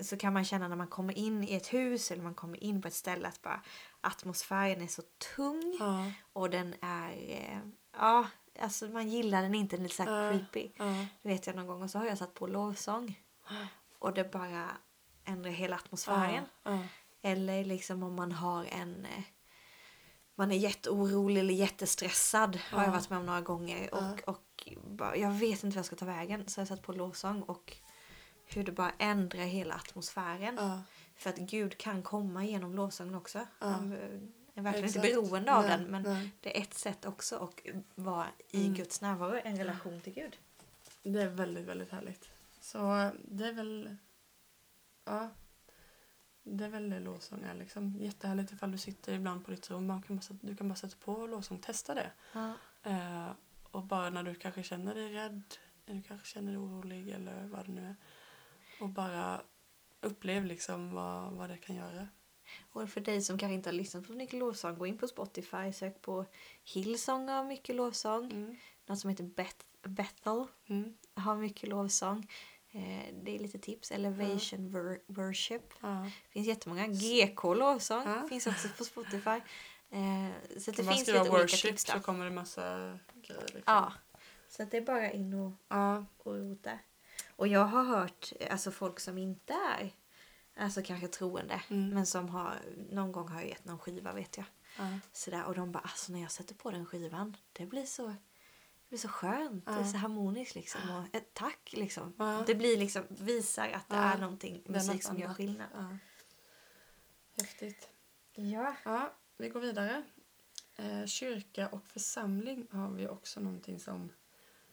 [SPEAKER 2] så kan man känna när man kommer in i ett hus eller man kommer in på ett ställe att bara atmosfären är så tung
[SPEAKER 1] Ja.
[SPEAKER 2] och den är, eh, ja, alltså man gillar den inte, den är lite så här
[SPEAKER 1] Ja.
[SPEAKER 2] creepy.
[SPEAKER 1] Ja.
[SPEAKER 2] Det vet jag någon gång och så har jag satt på lovsång och det bara ändrar hela atmosfären.
[SPEAKER 1] Ja.
[SPEAKER 2] Eller liksom om man har en... eh, Man är jätteorolig eller jättestressad. Har jag varit med om några gånger. Och, och bara, jag vet inte vad jag ska ta vägen. Så jag satt på lovsång och hur det bara ändrar hela atmosfären.
[SPEAKER 1] Ja.
[SPEAKER 2] För att Gud kan komma genom lovsången också. Han eh, är verkligen
[SPEAKER 1] Exakt.
[SPEAKER 2] inte beroende av
[SPEAKER 1] Nej,
[SPEAKER 2] den. Men
[SPEAKER 1] nej. Mm.
[SPEAKER 2] det är ett sätt också att vara i Guds närvaro. En relation till Gud.
[SPEAKER 1] Det är väldigt, väldigt härligt. Så det är väl... Ja. Det är väl det lovsång är liksom. Jättehärligt ifall du sitter ibland på ditt rum. Man kan bara, sätta- du kan bara sätta på lovsång. Testa det. Eh, och bara när du kanske känner dig rädd. Eller du kanske känner dig orolig eller vad det nu är. Och bara upplev liksom vad, vad det kan göra.
[SPEAKER 2] Och för dig som kanske inte har lyssnat på så mycket lovsång, gå in på Spotify, sök på Hillsong har mycket lovsång.
[SPEAKER 1] Mm.
[SPEAKER 2] Något som heter Beth- Bethel
[SPEAKER 1] Mm.
[SPEAKER 2] har mycket lovsång. Eh, det är lite tips. Elevation Wor- Worship.
[SPEAKER 1] Ja.
[SPEAKER 2] finns jättemånga. GK lovsång
[SPEAKER 1] Ja.
[SPEAKER 2] finns också på Spotify. Eh, så att det
[SPEAKER 1] Om man
[SPEAKER 2] finns
[SPEAKER 1] skriver
[SPEAKER 2] lite olika
[SPEAKER 1] worship
[SPEAKER 2] tips
[SPEAKER 1] så
[SPEAKER 2] där.
[SPEAKER 1] kommer det massa grejer. Liksom.
[SPEAKER 2] Ja. Så att det är bara in och
[SPEAKER 1] ja.
[SPEAKER 2] och rota. Och jag har hört eh, alltså folk som inte är alltså kanske troende
[SPEAKER 1] Mm.
[SPEAKER 2] men som har någon gång har jag gett någon skiva vet jag.
[SPEAKER 1] Ja.
[SPEAKER 2] Sådär, och de bara alltså när jag sätter på den skivan det blir så det blir så skönt, det är
[SPEAKER 1] Ja.
[SPEAKER 2] så harmoniskt liksom. Och ett tack liksom.
[SPEAKER 1] Ja.
[SPEAKER 2] Det blir liksom, visar att det
[SPEAKER 1] Ja.
[SPEAKER 2] är någonting,
[SPEAKER 1] Det är något
[SPEAKER 2] musik som gör
[SPEAKER 1] annat.
[SPEAKER 2] skillnad.
[SPEAKER 1] Ja. Häftigt.
[SPEAKER 2] Ja.
[SPEAKER 1] Ja, vi går vidare. Eh, kyrka och församling har vi också någonting som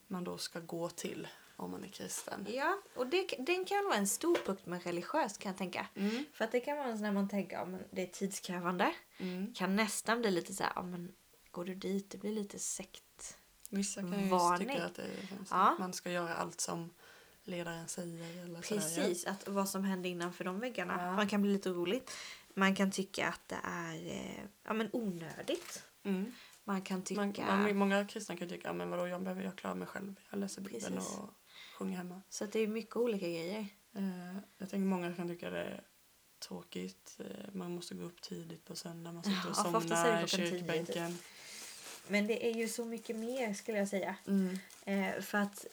[SPEAKER 1] man då ska gå till om man är kristen.
[SPEAKER 2] Ja, och det, den kan vara en stor punkt med religiöst kan jag tänka.
[SPEAKER 1] Mm.
[SPEAKER 2] För att det kan vara en sån där man tänker, ja men det är tidskrävande.
[SPEAKER 1] Mm.
[SPEAKER 2] kan nästan bli lite så här, ja men går du dit, det blir lite sekt.
[SPEAKER 1] Vissa kan ju
[SPEAKER 2] Varning.
[SPEAKER 1] tycka att det är hemskt.
[SPEAKER 2] Ja.
[SPEAKER 1] man ska göra allt som ledaren säger. Eller sådär,
[SPEAKER 2] Precis, att vad som hände innanför de väggarna.
[SPEAKER 1] Ja.
[SPEAKER 2] Man kan bli lite orolig. Man kan tycka att det är eh, ja, men onödigt.
[SPEAKER 1] ja. Mm.
[SPEAKER 2] Man kan tycka...
[SPEAKER 1] Man, man, många kristna kan ju tycka men vadå, jag, behöver, jag klarar mig själv. Jag läser Bibeln
[SPEAKER 2] Precis.
[SPEAKER 1] och sjunger hemma.
[SPEAKER 2] Så att det är mycket olika grejer.
[SPEAKER 1] Eh, jag tänker många kan tycka det är tråkigt. Eh, man måste gå upp tidigt på söndag. Man sitter och
[SPEAKER 2] Ja, för ofta
[SPEAKER 1] somnar i
[SPEAKER 2] säger klockan tio, typ.
[SPEAKER 1] kyrkbänken.
[SPEAKER 2] Men det är ju så mycket mer skulle jag säga.
[SPEAKER 1] Mm.
[SPEAKER 2] Eh, för att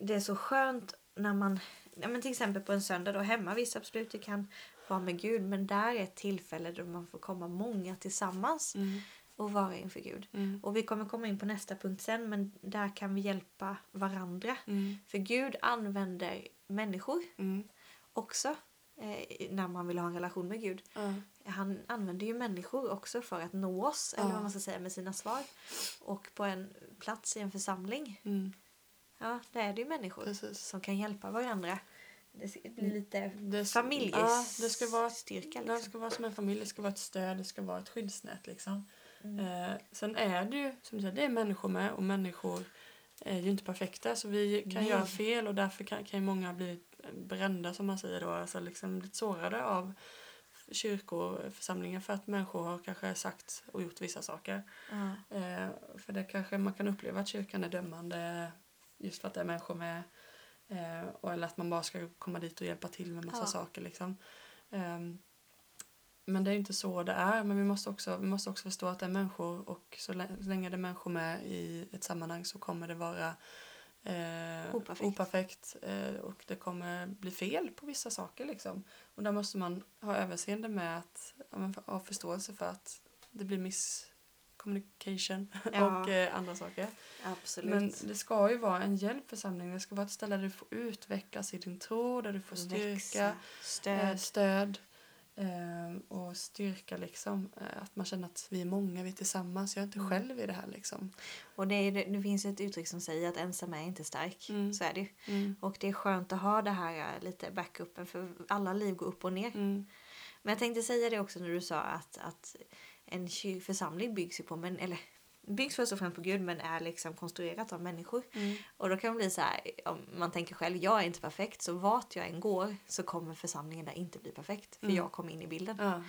[SPEAKER 2] det är så skönt när man, ja, men till exempel på en söndag då hemma, visst absolut du kan vara med Gud men där är ett tillfälle då man får komma många tillsammans
[SPEAKER 1] Mm.
[SPEAKER 2] och vara inför Gud.
[SPEAKER 1] Mm.
[SPEAKER 2] Och vi kommer komma in på nästa punkt sen men där kan vi hjälpa varandra.
[SPEAKER 1] Mm.
[SPEAKER 2] För Gud använder människor
[SPEAKER 1] Mm.
[SPEAKER 2] också eh, när man vill ha en relation med Gud.
[SPEAKER 1] Ja.
[SPEAKER 2] Han använder ju människor också för att nå oss, eller
[SPEAKER 1] Ja.
[SPEAKER 2] vad man ska säga, med sina svar. Och på en plats i en församling
[SPEAKER 1] Mm.
[SPEAKER 2] Ja, det är det ju människor
[SPEAKER 1] Precis. Mm.
[SPEAKER 2] som kan hjälpa varandra. Det ska- det blir lite
[SPEAKER 1] Det, s-
[SPEAKER 2] familjestyrka.
[SPEAKER 1] Ja, det ska vara Det
[SPEAKER 2] styrka, liksom.
[SPEAKER 1] ska vara som en familj, det ska vara ett stöd, det ska vara ett skyddsnät. Liksom.
[SPEAKER 2] Mm.
[SPEAKER 1] Eh, sen är det ju, som du säger, det är människor med och människor är ju inte perfekta så vi kan
[SPEAKER 2] Nej.
[SPEAKER 1] göra fel och därför kan, kan ju många bli brända som man säger då, alltså liksom blivit sårade av kyrkor, församlingar för att människor har kanske sagt och gjort vissa saker.
[SPEAKER 2] Ja.
[SPEAKER 1] Eh, för det kanske man kan uppleva att kyrkan är dömande just för att det är människor med. Eh, och, eller att man bara ska komma dit och hjälpa till med massa
[SPEAKER 2] Ja.
[SPEAKER 1] saker. Liksom. Ehm, men det är inte så det är. Men vi måste också, vi måste också förstå att det är människor och så, lä- så länge det är människor med i ett sammanhang så kommer det vara eh,
[SPEAKER 2] Operfekt.
[SPEAKER 1] operfekt, eh, och det kommer bli fel på vissa saker. Liksom. Och där måste man ha överseende med att ja, men, ha förståelse för att det blir misscommunication
[SPEAKER 2] Ja.
[SPEAKER 1] och eh, andra saker.
[SPEAKER 2] Absolut.
[SPEAKER 1] Men det ska ju vara en hjälp för samlingen. Det ska vara ett ställe där du får utvecklas i din tro, där du får styrka,
[SPEAKER 2] Växa, stöd.
[SPEAKER 1] eh, stöd eh, och styrka liksom. Eh, Att man känner att vi är många, vi är tillsammans, jag är inte
[SPEAKER 2] Mm.
[SPEAKER 1] själv i det här liksom.
[SPEAKER 2] Och det, är, det, det finns ett uttryck som säger att ensam är inte stark.
[SPEAKER 1] Mm.
[SPEAKER 2] Så är det ju. Och det är skönt att ha det här eh, lite backupen för alla liv går upp och ner.
[SPEAKER 1] Mm.
[SPEAKER 2] Men jag tänkte säga det också när du sa att, att en kyr- församling byggs ju på, men, eller byggs först och främst på Gud men är liksom konstruerat av människor.
[SPEAKER 1] Mm.
[SPEAKER 2] Och då kan det bli så här, om man tänker själv, jag är inte perfekt så vart jag än går så kommer församlingen där inte bli perfekt. För
[SPEAKER 1] Mm.
[SPEAKER 2] jag kom in i bilden.
[SPEAKER 1] Ja.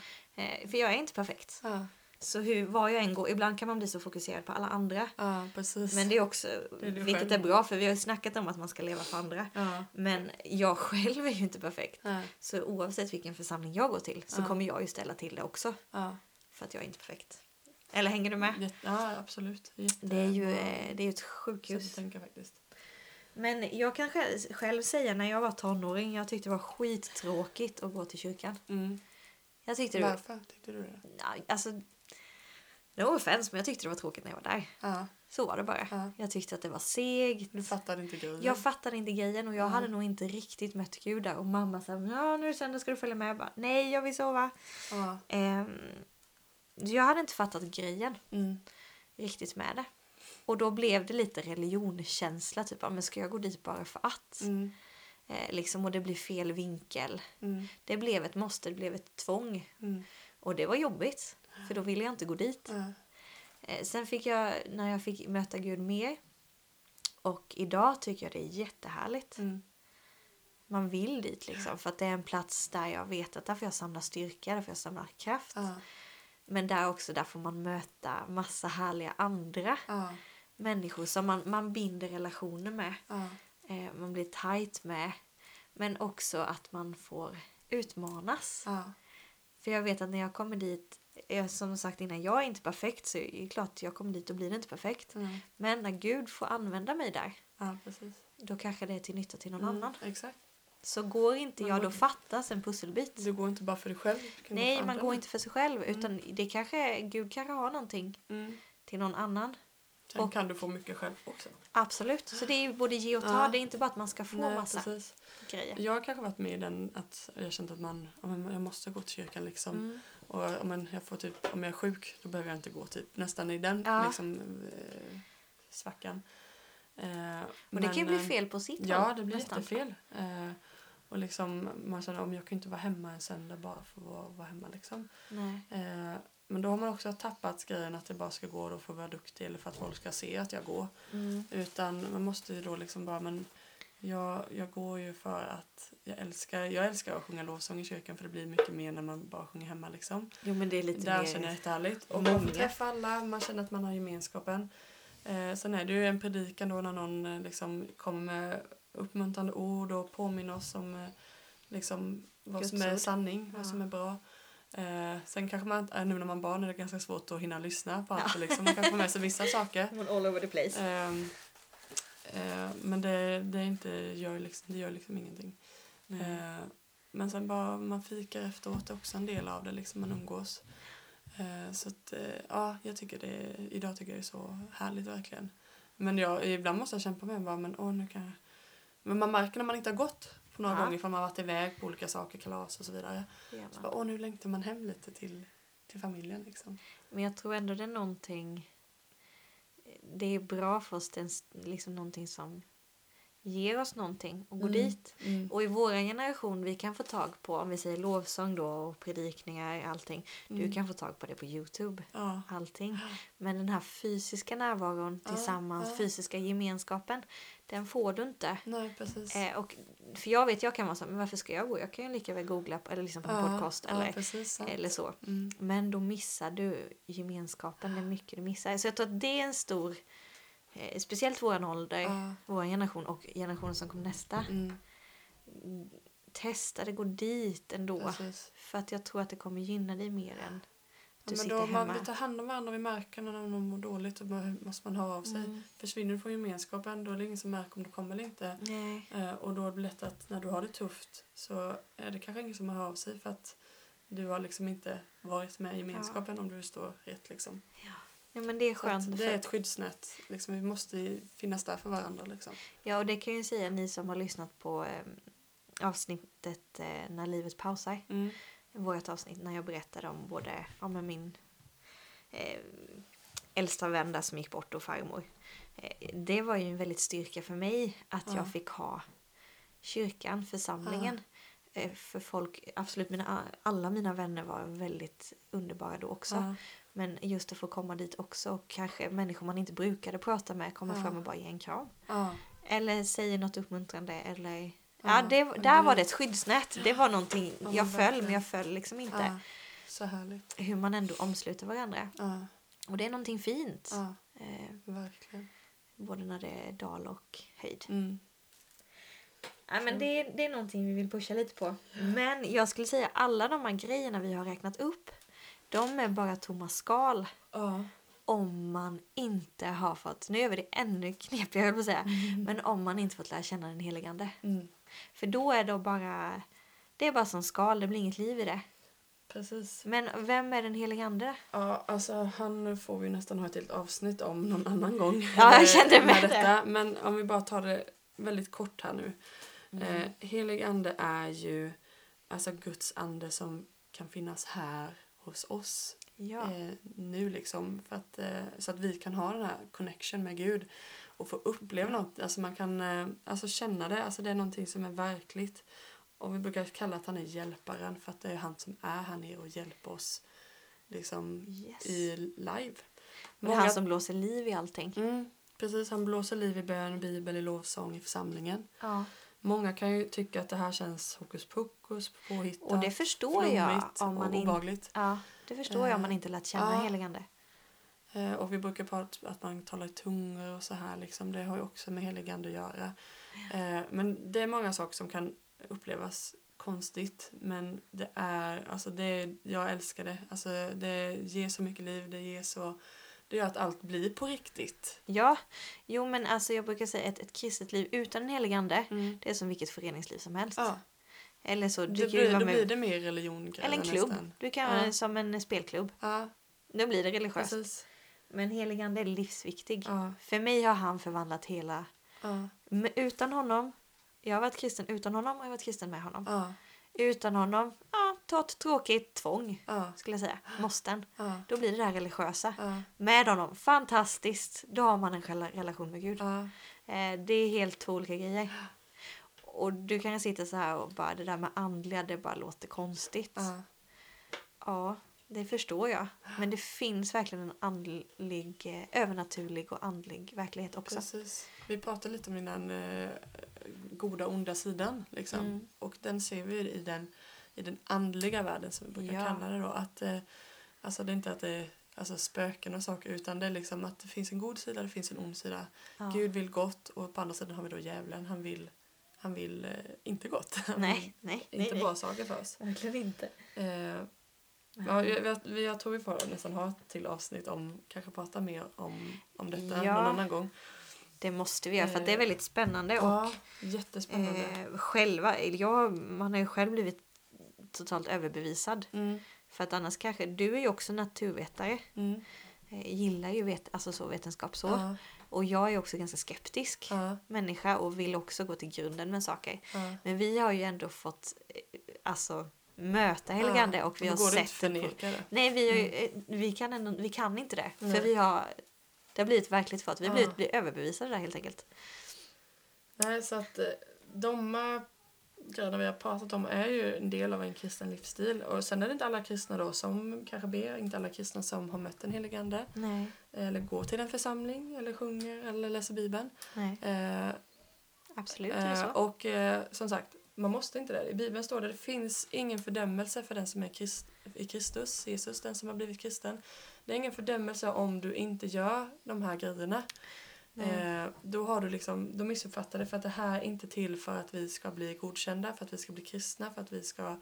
[SPEAKER 2] Eh, för jag är inte perfekt.
[SPEAKER 1] Ja.
[SPEAKER 2] Så hur, var jag än går, ibland kan man bli så fokuserad på alla andra.
[SPEAKER 1] ja, precis.
[SPEAKER 2] Men det är också,
[SPEAKER 1] är du
[SPEAKER 2] vilket är
[SPEAKER 1] själv.
[SPEAKER 2] bra för vi har ju snackat om att man ska leva för andra.
[SPEAKER 1] ja.
[SPEAKER 2] Men jag själv är ju inte perfekt.
[SPEAKER 1] Ja.
[SPEAKER 2] Så oavsett vilken församling jag går till så
[SPEAKER 1] Ja.
[SPEAKER 2] kommer jag ju ställa till det också.
[SPEAKER 1] Ja.
[SPEAKER 2] För att jag är inte perfekt. Eller hänger du med?
[SPEAKER 1] Jätte- ja, absolut. Jätte-
[SPEAKER 2] Det är ju eh, det är ju ett sjukhus.
[SPEAKER 1] sätt att tänka faktiskt.
[SPEAKER 2] Men jag kan själv, själv säga när jag var tonåring, jag tyckte det var skittråkigt att gå till kyrkan.
[SPEAKER 1] Mm.
[SPEAKER 2] Jag tyckte det,
[SPEAKER 1] Varför tyckte du det?
[SPEAKER 2] nej, alltså, no offense, men jag tyckte det var tråkigt när jag var där.
[SPEAKER 1] Ja.
[SPEAKER 2] Så var det bara.
[SPEAKER 1] Ja.
[SPEAKER 2] Jag tyckte att det var segt.
[SPEAKER 1] Du fattade inte grejen?
[SPEAKER 2] Jag fattade inte grejen och jag
[SPEAKER 1] Ja.
[SPEAKER 2] hade nog inte riktigt mött Gud där. Och mamma sa, ja nu är det söndag, ska du följa med? Jag bara, nej jag vill sova.
[SPEAKER 1] ja.
[SPEAKER 2] Ehm, jag hade inte fattat grejen
[SPEAKER 1] Mm.
[SPEAKER 2] riktigt med det. Och då blev det lite religionskänsla, typ, ja, men ska jag gå dit bara för att?
[SPEAKER 1] Mm.
[SPEAKER 2] Eh, liksom, och det blir fel vinkel.
[SPEAKER 1] Mm.
[SPEAKER 2] Det blev ett måste, det blev ett tvång.
[SPEAKER 1] Mm.
[SPEAKER 2] Och det var jobbigt, för då ville jag inte gå dit.
[SPEAKER 1] Ja.
[SPEAKER 2] Eh, sen fick jag, när jag fick möta Gud mer, och idag tycker jag det är jättehärligt.
[SPEAKER 1] Mm.
[SPEAKER 2] Man vill dit liksom, för att det är en plats där jag vet att där får jag samla styrka, där får jag samla kraft.
[SPEAKER 1] Ja.
[SPEAKER 2] Men där också, där får man möta massa härliga andra
[SPEAKER 1] Ja.
[SPEAKER 2] människor som man, man binder relationer med.
[SPEAKER 1] Ja.
[SPEAKER 2] Eh, man blir tajt med. Men också att man får utmanas.
[SPEAKER 1] Ja.
[SPEAKER 2] För jag vet att när jag kommer dit, eh, som sagt innan, jag är inte perfekt så är det klart att jag kommer dit och blir inte perfekt.
[SPEAKER 1] Mm.
[SPEAKER 2] Men när Gud får använda mig där,
[SPEAKER 1] ja, precis.
[SPEAKER 2] då kanske det är till nytta till någon
[SPEAKER 1] Mm,
[SPEAKER 2] annan.
[SPEAKER 1] Exakt.
[SPEAKER 2] Så går inte
[SPEAKER 1] Man
[SPEAKER 2] jag
[SPEAKER 1] går
[SPEAKER 2] då
[SPEAKER 1] inte-
[SPEAKER 2] fattas en pusselbit.
[SPEAKER 1] Du går inte bara för dig själv. du kan
[SPEAKER 2] Nej,
[SPEAKER 1] för
[SPEAKER 2] man
[SPEAKER 1] andra.
[SPEAKER 2] går inte för sig själv utan det kanske, Gud kanske har någonting
[SPEAKER 1] Mm.
[SPEAKER 2] till någon annan.
[SPEAKER 1] Sen
[SPEAKER 2] Och-
[SPEAKER 1] kan du få mycket själv också.
[SPEAKER 2] Absolut, så det är ju både ge och ta.
[SPEAKER 1] Ja.
[SPEAKER 2] Det är inte bara att man ska få massa
[SPEAKER 1] precis.
[SPEAKER 2] grejer.
[SPEAKER 1] Jag har kanske varit med i den att jag känt att man, ja, men jag måste gå till kyrkan liksom.
[SPEAKER 2] Mm.
[SPEAKER 1] Och ja, men jag får typ, om jag är sjuk då behöver jag inte gå typ nästan i den
[SPEAKER 2] Ja.
[SPEAKER 1] liksom, eh, svackan. Eh,
[SPEAKER 2] Och det kan ju bli fel på sitt
[SPEAKER 1] Ja,
[SPEAKER 2] håll,
[SPEAKER 1] det blir
[SPEAKER 2] nästan.
[SPEAKER 1] jättefel. Eh, och liksom, man känner om jag kan ju inte vara hemma en söndag bara för att vara, vara hemma liksom.
[SPEAKER 2] Nej.
[SPEAKER 1] Eh, men då har man också tappat grejen att det bara ska gå då för att vara duktig eller för att folk ska se att jag går.
[SPEAKER 2] Mm.
[SPEAKER 1] Utan man måste ju då liksom bara, men jag, jag går ju för att jag älskar, jag älskar att sjunga lovsång i kyrkan för det blir mycket mer när man bara sjunger hemma liksom.
[SPEAKER 2] Jo, men det är lite
[SPEAKER 1] Där
[SPEAKER 2] mer...
[SPEAKER 1] känner jag jättehärligt. Och man får
[SPEAKER 2] många.
[SPEAKER 1] träffa alla, man känner att man har gemenskapen. Eh, sen är det ju en predikan då när någon eh, liksom kommer med uppmuntrande ord och påminner oss om eh, liksom, vad
[SPEAKER 2] Guds
[SPEAKER 1] som är
[SPEAKER 2] ord.
[SPEAKER 1] sanning,
[SPEAKER 2] Ja.
[SPEAKER 1] vad som är bra. Eh, sen kanske man, eh, nu när man är barn är det ganska svårt att hinna lyssna på allt. Liksom. Man kanske får med sig vissa saker.
[SPEAKER 2] Men all over the place.
[SPEAKER 1] Ehm, eh, men det, det, är inte, gör liksom, det gör liksom ingenting.
[SPEAKER 2] Nej.
[SPEAKER 1] Eh, men sen bara man fikar efteråt är också en del av det, liksom
[SPEAKER 2] Mm.
[SPEAKER 1] man umgås. Eh, så att, eh, ja, jag tycker det, idag tycker jag det är så härligt verkligen. Men jag, ibland måste jag kämpa med bara, men åh nu kan jag... Men man märker när man inte har gått på några
[SPEAKER 2] Ja.
[SPEAKER 1] gånger för man har varit iväg på olika saker, kalas och så vidare.
[SPEAKER 2] det gör
[SPEAKER 1] Så
[SPEAKER 2] man.
[SPEAKER 1] bara, åh nu längtar man hem lite till, till familjen liksom.
[SPEAKER 2] Men jag tror ändå det är någonting... Det är bra för oss, det är en s- liksom någonting som ger oss någonting och går
[SPEAKER 1] Mm.
[SPEAKER 2] dit.
[SPEAKER 1] Mm.
[SPEAKER 2] Och i vår generation, vi kan få tag på, om vi säger lovsång då och predikningar, allting. Du kan få tag på det på Youtube.
[SPEAKER 1] Ja.
[SPEAKER 2] Allting. Men den här fysiska närvaron
[SPEAKER 1] Ja,
[SPEAKER 2] tillsammans,
[SPEAKER 1] ja.
[SPEAKER 2] fysiska gemenskapen, den får du inte.
[SPEAKER 1] Nej, precis.
[SPEAKER 2] Eh, och, för jag vet, jag kan vara så här, men varför ska jag gå? Jag kan ju lika väl googla på, eller lyssna på en
[SPEAKER 1] ja.
[SPEAKER 2] podcast
[SPEAKER 1] Ja,
[SPEAKER 2] eller,
[SPEAKER 1] precis. sant.
[SPEAKER 2] eller så.
[SPEAKER 1] Mm.
[SPEAKER 2] Men då missar du gemenskapen,
[SPEAKER 1] Ah.
[SPEAKER 2] det är mycket du missar. Så jag tror att det är en stor, eh, speciellt vår ålder,
[SPEAKER 1] Ja.
[SPEAKER 2] vår generation och generationen som kommer nästa.
[SPEAKER 1] Mm.
[SPEAKER 2] Testa det, gå dit ändå.
[SPEAKER 1] Precis.
[SPEAKER 2] För att jag tror att det kommer gynna dig mer än att du
[SPEAKER 1] Ja, men
[SPEAKER 2] sitter
[SPEAKER 1] då
[SPEAKER 2] hemma.
[SPEAKER 1] man vill ta hand om varandra, vi märker när någon mår dåligt och bara- måste man höra av sig.
[SPEAKER 2] Mm.
[SPEAKER 1] Försvinner du från gemenskapen då är det ingen som märker om du kommer eller inte.
[SPEAKER 2] Nej.
[SPEAKER 1] Eh, och då är det lätt att när du har det tufft så är det kanske ingen som hör av sig för att du har liksom inte varit med i gemenskapen om du står rätt liksom.
[SPEAKER 2] Ja, men det är
[SPEAKER 1] Så att
[SPEAKER 2] skönt.
[SPEAKER 1] det
[SPEAKER 2] för-
[SPEAKER 1] är ett skyddsnät. Liksom, vi måste ju finnas där för varandra liksom.
[SPEAKER 2] Ja, och det kan jag ju säga ni som har lyssnat på eh, avsnittet eh, När livet pausar.
[SPEAKER 1] Mm.
[SPEAKER 2] Vårt avsnitt när jag berättade om både om min eh, äldsta vän där som gick bort och farmor. Eh, det var ju en väldigt styrka för mig att
[SPEAKER 1] Ja.
[SPEAKER 2] jag fick ha kyrkan, församlingen. Eh, för folk, absolut mina, alla mina vänner var väldigt underbara då också.
[SPEAKER 1] Ja.
[SPEAKER 2] Men just att få komma dit också och kanske människor man inte brukade prata med kommer
[SPEAKER 1] Ja.
[SPEAKER 2] fram och bara ge en kram.
[SPEAKER 1] Ja.
[SPEAKER 2] Eller säger något uppmuntrande eller...
[SPEAKER 1] Ja,
[SPEAKER 2] Ja, det,
[SPEAKER 1] men
[SPEAKER 2] där
[SPEAKER 1] det-
[SPEAKER 2] var det ett skyddsnät. Det var någonting
[SPEAKER 1] men
[SPEAKER 2] jag föll,
[SPEAKER 1] verkligen.
[SPEAKER 2] men jag föll liksom inte.
[SPEAKER 1] Ja. Så härligt.
[SPEAKER 2] Hur man ändå omsluter varandra.
[SPEAKER 1] Ja.
[SPEAKER 2] Och det är någonting fint.
[SPEAKER 1] Ja.
[SPEAKER 2] Eh,
[SPEAKER 1] Verkligen.
[SPEAKER 2] både när det är dal och höjd.
[SPEAKER 1] Mm.
[SPEAKER 2] Ja, men det, är- det är någonting vi vill pusha lite på. Men jag skulle säga alla de här grejerna vi har räknat upp, de är bara tomma skal.
[SPEAKER 1] Ja.
[SPEAKER 2] om man inte har fått, nu gör vi det ännu knepigare höll jag på att säga, men om man inte fått lära känna den helige Ande.
[SPEAKER 1] Mm.
[SPEAKER 2] För då är det bara, det är bara som skal, det blir inget liv i det.
[SPEAKER 1] Precis.
[SPEAKER 2] Men vem är den helige Ande?
[SPEAKER 1] Ja, alltså han får vi nästan ha ett helt avsnitt om någon annan gång.
[SPEAKER 2] Ja, jag
[SPEAKER 1] Eh,
[SPEAKER 2] kände med det.
[SPEAKER 1] detta. Men om vi bara tar det väldigt kort här nu.
[SPEAKER 2] Mm.
[SPEAKER 1] Eh, helig ande är ju alltså Guds ande som kan finnas här hos oss
[SPEAKER 2] Ja,
[SPEAKER 1] eh, nu liksom. För att, eh, så att vi kan ha den här connection med Gud och få uppleva något. Alltså man kan eh, alltså känna det. Alltså det är någonting som är verkligt. Och vi brukar kalla att han är hjälparen för att det är han som är här nere och hjälper oss. Liksom
[SPEAKER 2] yes.
[SPEAKER 1] i live.
[SPEAKER 2] Men det är
[SPEAKER 1] Många-
[SPEAKER 2] han som blåser liv i allting.
[SPEAKER 1] mm, precis, han blåser liv i bön, bibel, i lovsång i församlingen.
[SPEAKER 2] Ja.
[SPEAKER 1] Många kan ju tycka att det här känns hokus pokus, påhittat,
[SPEAKER 2] Och det förstår jag
[SPEAKER 1] flummigt
[SPEAKER 2] om
[SPEAKER 1] och
[SPEAKER 2] man inte
[SPEAKER 1] obehagligt.
[SPEAKER 2] Ja, det förstår jag om man inte lärt känna
[SPEAKER 1] Ja.
[SPEAKER 2] helige Ande.
[SPEAKER 1] Eh, och vi brukar prata att man talar i tungor och så här liksom. Det har ju också med heligande att göra. Eh, men det är många saker som kan upplevas konstigt men det är, alltså det är, jag älskar det. Alltså det ger så mycket liv, det ger så, det gör att allt blir på riktigt.
[SPEAKER 2] Ja, jo men alltså jag brukar säga ett, ett kristet liv utan den helige Ande, det är som vilket föreningsliv som helst.
[SPEAKER 1] Ja.
[SPEAKER 2] Eller så, du
[SPEAKER 1] Det
[SPEAKER 2] Mm. kan ju
[SPEAKER 1] blir,
[SPEAKER 2] vara
[SPEAKER 1] då
[SPEAKER 2] med
[SPEAKER 1] blir det mer religion
[SPEAKER 2] Eller en klubb. Du kan
[SPEAKER 1] Ja.
[SPEAKER 2] ja. som en spelklubb.
[SPEAKER 1] Ja,
[SPEAKER 2] Nu blir det religiöst.
[SPEAKER 1] precis.
[SPEAKER 2] Men helig ande är livsviktig.
[SPEAKER 1] Ja,
[SPEAKER 2] För mig har han förvandlat hela...
[SPEAKER 1] ja,
[SPEAKER 2] Men utan honom... Jag har varit kristen utan honom och jag har varit kristen med honom.
[SPEAKER 1] ja,
[SPEAKER 2] Utan honom, ja, ta ett tråkigt tvång
[SPEAKER 1] ja,
[SPEAKER 2] skulle jag säga. Måsten.
[SPEAKER 1] ja,
[SPEAKER 2] Då blir det där religiösa.
[SPEAKER 1] ja,
[SPEAKER 2] Med honom, fantastiskt. Då har man en själ- relation med Gud.
[SPEAKER 1] ja,
[SPEAKER 2] Eh, det är helt två olika grejer. Och du kan sitta så här och bara det där med andliga, det bara låter konstigt.
[SPEAKER 1] ja,
[SPEAKER 2] Ja, det förstår jag. Men det finns verkligen en andlig, eh, övernaturlig och andlig verklighet också.
[SPEAKER 1] precis. Vi pratade lite om den eh, goda onda sidan liksom.
[SPEAKER 2] Mm.
[SPEAKER 1] och den ser vi i den, i den andliga världen som vi brukar
[SPEAKER 2] Ja.
[SPEAKER 1] kalla det då. Att, eh, alltså det är inte att det är alltså, spöken och saker utan det är liksom att det finns en god sida, det finns en ond sida.
[SPEAKER 2] Ja.
[SPEAKER 1] Gud vill gott och på andra sidan har vi då djävulen. Han vill, han vill eh, inte gott. Han
[SPEAKER 2] Nej, nej,
[SPEAKER 1] vill
[SPEAKER 2] nej.
[SPEAKER 1] inte
[SPEAKER 2] nej.
[SPEAKER 1] bra saker för oss.
[SPEAKER 2] Verkligen inte.
[SPEAKER 1] Eh, ja, jag, jag, jag tror vi får nästan ha ett till avsnitt om, kanske prata mer om, om detta
[SPEAKER 2] Ja.
[SPEAKER 1] någon annan gång.
[SPEAKER 2] Det måste vi göra för att det är väldigt spännande. Och,
[SPEAKER 1] Eh, Ja, jättespännande.
[SPEAKER 2] eh, själva, eller jag, man har ju själv blivit totalt överbevisad.
[SPEAKER 1] Mm,
[SPEAKER 2] För att annars kanske, du är ju också naturvetare.
[SPEAKER 1] mm,
[SPEAKER 2] eh, Gillar ju vet, alltså så vetenskap så.
[SPEAKER 1] ja,
[SPEAKER 2] Och jag är också ganska skeptisk
[SPEAKER 1] ja,
[SPEAKER 2] människa och vill också gå till grunden med saker.
[SPEAKER 1] ja.
[SPEAKER 2] Men vi har ju ändå fått eh, alltså, möta helgande och vi
[SPEAKER 1] Då
[SPEAKER 2] har
[SPEAKER 1] går det inte att
[SPEAKER 2] sett det. På...
[SPEAKER 1] förneka det.
[SPEAKER 2] Nej, vi, har ju, eh, vi, kan ändå, vi kan inte det.
[SPEAKER 1] Nej.
[SPEAKER 2] För vi har, det har blivit verkligt för att vi har
[SPEAKER 1] Ja.
[SPEAKER 2] blivit, blivit överbevisade där helt enkelt.
[SPEAKER 1] Nej, så att eh, de eh, grejerna vi har pratat om är ju en del av en kristen livsstil. Och sen är det inte alla kristna då som kanske ber, inte alla kristna som har mött den helige Ande.
[SPEAKER 2] Nej,
[SPEAKER 1] Eller går till en församling, eller sjunger, eller läser Bibeln.
[SPEAKER 2] nej.
[SPEAKER 1] Eh,
[SPEAKER 2] Absolut är det
[SPEAKER 1] Eh,
[SPEAKER 2] så.
[SPEAKER 1] Och eh, som sagt, man måste inte det. I Bibeln står det det finns ingen fördömelse för den som är krist i Kristus, Jesus, den som har blivit kristen. Det är ingen fördömelse om du inte gör de här grejerna. Eh, då har du liksom, då missuppfattar det för att det här är inte till för att vi ska bli godkända, för att vi ska bli kristna, för att vi ska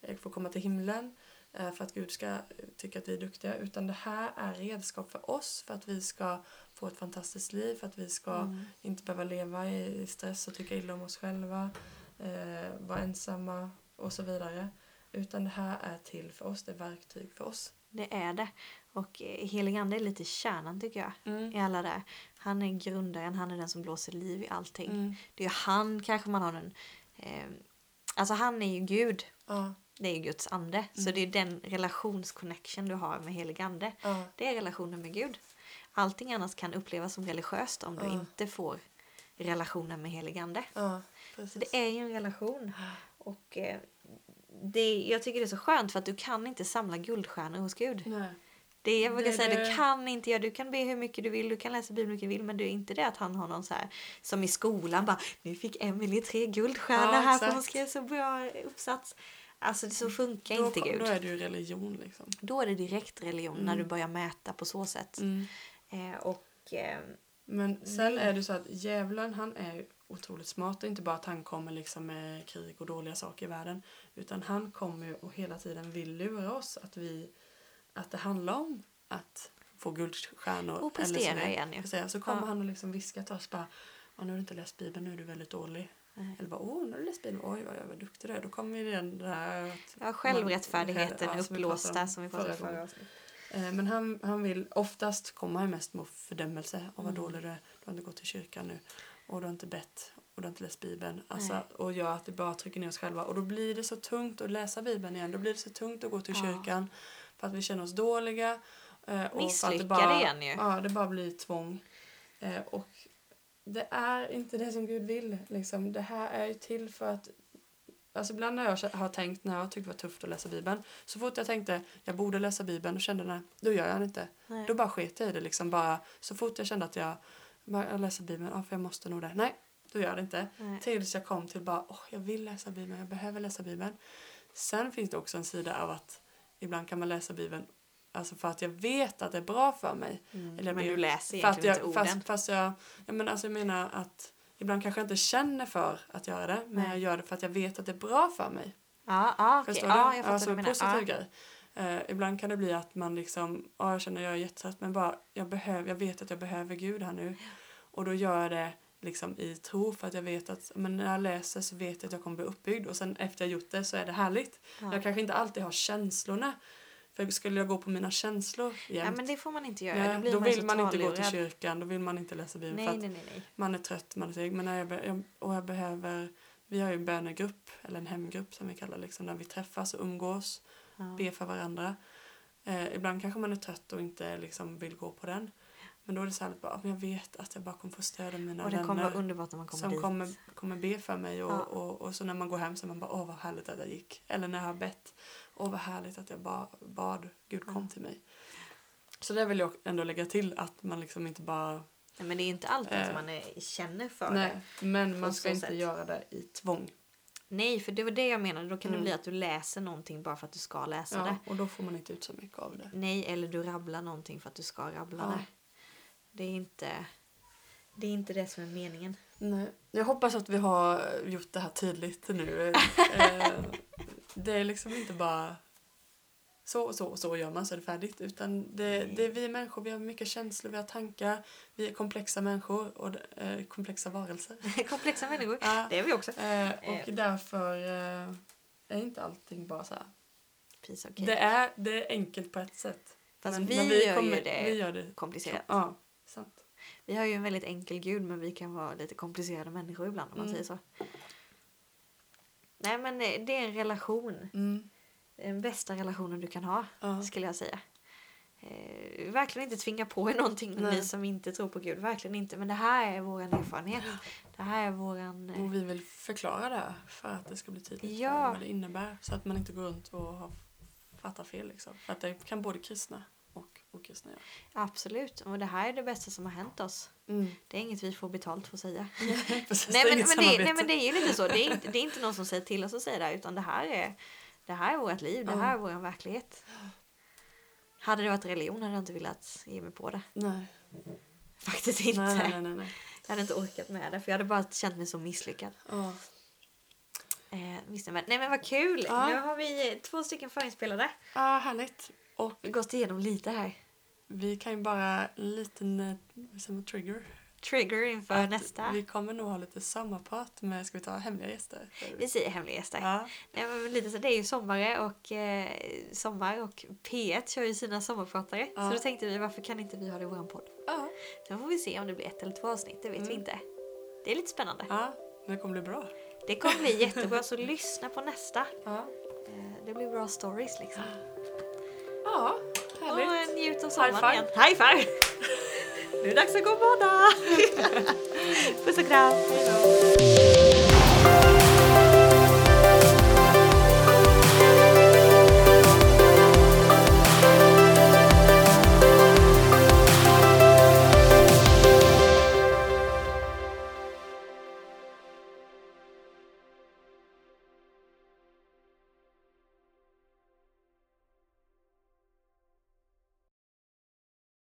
[SPEAKER 1] eh, få komma till himlen, eh, för att Gud ska eh, tycka att vi är duktiga. Utan det här är redskap för oss, för att vi ska få ett fantastiskt liv, för att vi ska inte behöva leva i i stress och tycka illa om oss själva, eh, vara ensamma och så vidare. Utan det här är till för oss, det är verktyg för oss.
[SPEAKER 2] Det är det. Och eh, helig ande är lite kärnan tycker jag.
[SPEAKER 1] Mm.
[SPEAKER 2] I alla det. Han är grundaren, han är den som blåser liv i allting.
[SPEAKER 1] Mm.
[SPEAKER 2] Det är ju han kanske man har en... Eh, alltså han är ju Gud.
[SPEAKER 1] Ja,
[SPEAKER 2] Det är ju Guds ande.
[SPEAKER 1] Mm.
[SPEAKER 2] Så det är den relationsconnection du har med helig ande.
[SPEAKER 1] ja,
[SPEAKER 2] Det är relationen med Gud. Allting annat kan upplevas som religiöst om du
[SPEAKER 1] Ja.
[SPEAKER 2] inte får relationen med helig ande.
[SPEAKER 1] ja,
[SPEAKER 2] Så
[SPEAKER 1] precis.
[SPEAKER 2] det är ju en relation. Och eh, det, jag tycker det är så skönt för att du kan inte samla guldstjärnor hos Gud.
[SPEAKER 1] Nej.
[SPEAKER 2] Det är vad
[SPEAKER 1] Det-
[SPEAKER 2] jag säga,
[SPEAKER 1] det-
[SPEAKER 2] du kan inte göra, du kan be hur mycket du vill, du kan läsa Bibeln hur mycket du vill, men det är inte det att han har någon så här som i skolan bara, nu fick Emily tre guldstjärnor
[SPEAKER 1] Ja,
[SPEAKER 2] här för
[SPEAKER 1] exakt. Mm,
[SPEAKER 2] hon skrev så bra uppsats. Alltså det så funkar
[SPEAKER 1] Då,
[SPEAKER 2] inte Gud.
[SPEAKER 1] då är Mm. det ju religion liksom.
[SPEAKER 2] Då är det direkt religion när du börjar mäta på så sätt.
[SPEAKER 1] Mm.
[SPEAKER 2] Eh, och eh,
[SPEAKER 1] Men sen är det så att djävulen han är ju otroligt smart. Det är inte bara att han kommer liksom med krig och dåliga saker i världen. Utan han kommer ju och hela tiden vill lura oss att, vi, att det handlar om att få guldstjärnor.
[SPEAKER 2] Och prestera
[SPEAKER 1] eller så-
[SPEAKER 2] igen ju.
[SPEAKER 1] Prestera. Så kommer
[SPEAKER 2] Ja.
[SPEAKER 1] han och liksom viska till oss bara "Ja, nu har du inte läst Bibeln, nu är du väldigt dålig.
[SPEAKER 2] Nej.
[SPEAKER 1] Eller bara åh, nu har du läst Bibeln, oj vad jag var duktig du är. Då kommer ju den där... att-
[SPEAKER 2] ja, självrättfärdigheten
[SPEAKER 1] Ja, som vi pratade
[SPEAKER 2] uppblåsta
[SPEAKER 1] om
[SPEAKER 2] som vi pratade om
[SPEAKER 1] förra
[SPEAKER 2] förra
[SPEAKER 1] gången.
[SPEAKER 2] avsnittet.
[SPEAKER 1] Eh, Men han, han vill oftast komma här mest med fördömelse. Och vad
[SPEAKER 2] Mm.
[SPEAKER 1] dålig du är. Du har inte gått till kyrkan nu. Och du har inte bett. Och du har inte läst Bibeln. Alltså,
[SPEAKER 2] Nej.
[SPEAKER 1] och gör att det bara trycker ner oss själva. Och då blir det så tungt att läsa Bibeln igen. Då blir det så tungt att gå till
[SPEAKER 2] Ja.
[SPEAKER 1] kyrkan. För att vi känner oss dåliga. eh, Och för att
[SPEAKER 2] Misslyckade
[SPEAKER 1] det bara,
[SPEAKER 2] igen ju.
[SPEAKER 1] Ja, det bara blir tvång. Eh, Och det är inte det som Gud vill. Liksom. Det här är ju till för att Alltså ibland när jag har tänkt när jag tyckte det var tufft att läsa Bibeln. Så fort jag tänkte jag borde läsa Bibeln och kände nej, då gör jag det inte.
[SPEAKER 2] Nej.
[SPEAKER 1] Då bara sket jag i det liksom. Bara, så fort jag kände att jag, bara, jag läser Bibeln, ja för jag måste nog det. Nej, då gör jag det inte.
[SPEAKER 2] Nej.
[SPEAKER 1] Tills jag kom till bara, åh jag vill läsa Bibeln, jag behöver läsa Bibeln. Sen finns det också en sida av att ibland kan man läsa Bibeln Alltså för att jag vet att det är bra för mig. Eller jag
[SPEAKER 2] Mm. men
[SPEAKER 1] vet-
[SPEAKER 2] du läser
[SPEAKER 1] för att
[SPEAKER 2] egentligen
[SPEAKER 1] jag,
[SPEAKER 2] inte orden.
[SPEAKER 1] Fast, fast jag, jag, men alltså jag menar att ibland kanske jag inte känner för att göra det. Men
[SPEAKER 2] Nej.
[SPEAKER 1] jag gör det för att jag vet att det är bra för mig.
[SPEAKER 2] Ja, ja, okej.
[SPEAKER 1] Förstår
[SPEAKER 2] ja
[SPEAKER 1] du?
[SPEAKER 2] jag fattar
[SPEAKER 1] alltså
[SPEAKER 2] vad du
[SPEAKER 1] en
[SPEAKER 2] menar.
[SPEAKER 1] positiv
[SPEAKER 2] Ja.
[SPEAKER 1] grej. Eh, ibland kan det bli att man liksom, ja jag känner jag är jättetrött men bara jag, behöver, jag vet att jag behöver Gud här nu. Och då gör jag det liksom i tro för att jag vet att men när jag läser så vet jag att jag kommer bli uppbyggd och sen efter jag gjort det så är det härligt.
[SPEAKER 2] Ja.
[SPEAKER 1] Jag kanske inte alltid har känslorna. För skulle jag gå på mina känslor
[SPEAKER 2] Ja,
[SPEAKER 1] jämt,
[SPEAKER 2] men det får man inte göra.
[SPEAKER 1] nej,
[SPEAKER 2] då
[SPEAKER 1] då,
[SPEAKER 2] blir man
[SPEAKER 1] vill
[SPEAKER 2] så
[SPEAKER 1] man inte gå
[SPEAKER 2] tallurad.
[SPEAKER 1] till kyrkan, då vill man inte läsa Bibeln. för
[SPEAKER 2] Nej,
[SPEAKER 1] att
[SPEAKER 2] nej, nej, nej.
[SPEAKER 1] man är trött, man är seg. Men när jag, be- jag, och jag behöver, vi har ju en bönegrupp, eller en hemgrupp som vi kallar liksom, där vi träffas och umgås,
[SPEAKER 2] Ja.
[SPEAKER 1] ber för varandra. Eh, ibland kanske man är trött och inte liksom, vill gå på den. Men då är det så här, att bara, men jag vet att jag bara kommer få stöd av mina
[SPEAKER 2] Och det kommer
[SPEAKER 1] vänner
[SPEAKER 2] vara underbart när man kommer
[SPEAKER 1] som
[SPEAKER 2] dit.
[SPEAKER 1] kommer, kommer be för mig. Och,
[SPEAKER 2] Ja.
[SPEAKER 1] och, och så när man går hem så är man bara, åh vad härligt att jag gick. Eller när jag har bett, åh vad härligt att jag ba, bad, Gud kom till mig. Så det vill jag ändå lägga till, att man liksom inte bara
[SPEAKER 2] Nej, men det är inte alltid
[SPEAKER 1] Eh.
[SPEAKER 2] att man är, känner för
[SPEAKER 1] Nej,
[SPEAKER 2] det.
[SPEAKER 1] men
[SPEAKER 2] på
[SPEAKER 1] man ska
[SPEAKER 2] så
[SPEAKER 1] inte
[SPEAKER 2] sätt.
[SPEAKER 1] göra det i tvång.
[SPEAKER 2] Nej, för det var det jag menade. Då kan
[SPEAKER 1] Mm.
[SPEAKER 2] det bli att du läser någonting bara för att du ska läsa
[SPEAKER 1] Ja,
[SPEAKER 2] det.
[SPEAKER 1] och då får man inte ut så mycket av det.
[SPEAKER 2] Nej, eller du rabblar någonting för att du ska rabbla
[SPEAKER 1] Ja.
[SPEAKER 2] det. Det är, inte, det är inte det som är meningen.
[SPEAKER 1] Nej. Jag hoppas att vi har gjort det här tydligt nu. Eh, det är liksom inte bara så och så och så gör man så är det färdigt. Utan det, det är vi människor, vi har mycket känslor, vi har tankar, vi är komplexa människor och eh, komplexa varelser.
[SPEAKER 2] Komplexa människor.
[SPEAKER 1] Ja.
[SPEAKER 2] Det är vi också.
[SPEAKER 1] Eh, och därför eh, är inte allting bara så här.
[SPEAKER 2] Precis, okej.
[SPEAKER 1] Det, är, det är enkelt på ett sätt.
[SPEAKER 2] Fast vi gör ju det
[SPEAKER 1] vi gör det.
[SPEAKER 2] Komplicerat.
[SPEAKER 1] Ja, sant.
[SPEAKER 2] Vi har ju en väldigt enkel gud men vi kan vara lite komplicerade människor ibland om man
[SPEAKER 1] Mm.
[SPEAKER 2] säger så. Nej men eh, det är en relation.
[SPEAKER 1] Mm.
[SPEAKER 2] Den bästa relationen du kan ha
[SPEAKER 1] Ja.
[SPEAKER 2] skulle jag säga. Eh, eh, verkligen inte tvinga på er någonting
[SPEAKER 1] Nej.
[SPEAKER 2] ni som inte tror på Gud. Verkligen inte. Men det här är våran erfarenhet. Det här är våran... Eh,
[SPEAKER 1] Och vi vill förklara det här för att det ska bli tydligt
[SPEAKER 2] Ja.
[SPEAKER 1] för vad det innebär. Så att man inte går runt och har, fattar fel. Liksom. För att det kan både kristna och okristna göra.
[SPEAKER 2] absolut. Och det här är det bästa som har hänt oss. Det är inget vi får betalt för att säga.
[SPEAKER 1] Precis,
[SPEAKER 2] Mm. Nej
[SPEAKER 1] det är
[SPEAKER 2] men,
[SPEAKER 1] inget
[SPEAKER 2] men det,
[SPEAKER 1] samarbete.
[SPEAKER 2] nej men det är ju lite så. Det är inte, det är inte någon som säger till oss att säga det här, utan det här är, det här är vårt liv, det här är vår verklighet. Hade det varit religion hade jag inte velat ge mig på det.
[SPEAKER 1] Nej.
[SPEAKER 2] Faktiskt inte.
[SPEAKER 1] Nej, nej, nej, nej, nej.
[SPEAKER 2] Jag hade inte orkat med det för jag hade bara känt mig så misslyckad.
[SPEAKER 1] Ja.
[SPEAKER 2] Eh, missnöjd. Nej men vad kul!
[SPEAKER 1] Ja.
[SPEAKER 2] Nu har vi eh, två stycken förinspelade.
[SPEAKER 1] Ah, härligt. Och
[SPEAKER 2] Vi gått igenom lite här.
[SPEAKER 1] vi kan ju bara en liten eh, vad säger man, trigger.
[SPEAKER 2] Trigger inför
[SPEAKER 1] Att
[SPEAKER 2] nästa.
[SPEAKER 1] Vi
[SPEAKER 2] Vi...
[SPEAKER 1] kommer nog ha lite sommarprat med, ska vi ta hemliga gäster?
[SPEAKER 2] säger hemliga gäster.
[SPEAKER 1] Ja.
[SPEAKER 2] Nej, men lite så, det är ju sommare och, eh, sommar och P1 kör ju sina sommarpratare.
[SPEAKER 1] Ja.
[SPEAKER 2] Så då tänkte vi varför kan inte vi ha det i våran podd?
[SPEAKER 1] Ja.
[SPEAKER 2] Sen får vi se om det blir ett eller två avsnitt, det vet vi inte. Det är lite spännande.
[SPEAKER 1] Mm. ja, men det kommer bli bra.
[SPEAKER 2] Det kommer bli jättebra så lyssna på nästa.
[SPEAKER 1] Ja,
[SPEAKER 2] Eh, Det blir bra stories liksom.
[SPEAKER 1] ja
[SPEAKER 2] Och
[SPEAKER 1] härligt.
[SPEAKER 2] eh, njut av
[SPEAKER 1] High
[SPEAKER 2] sommaren igen.
[SPEAKER 1] five.
[SPEAKER 2] High five! Nu är det dags att gå och bada! Puss och kram!
[SPEAKER 1] Hej då.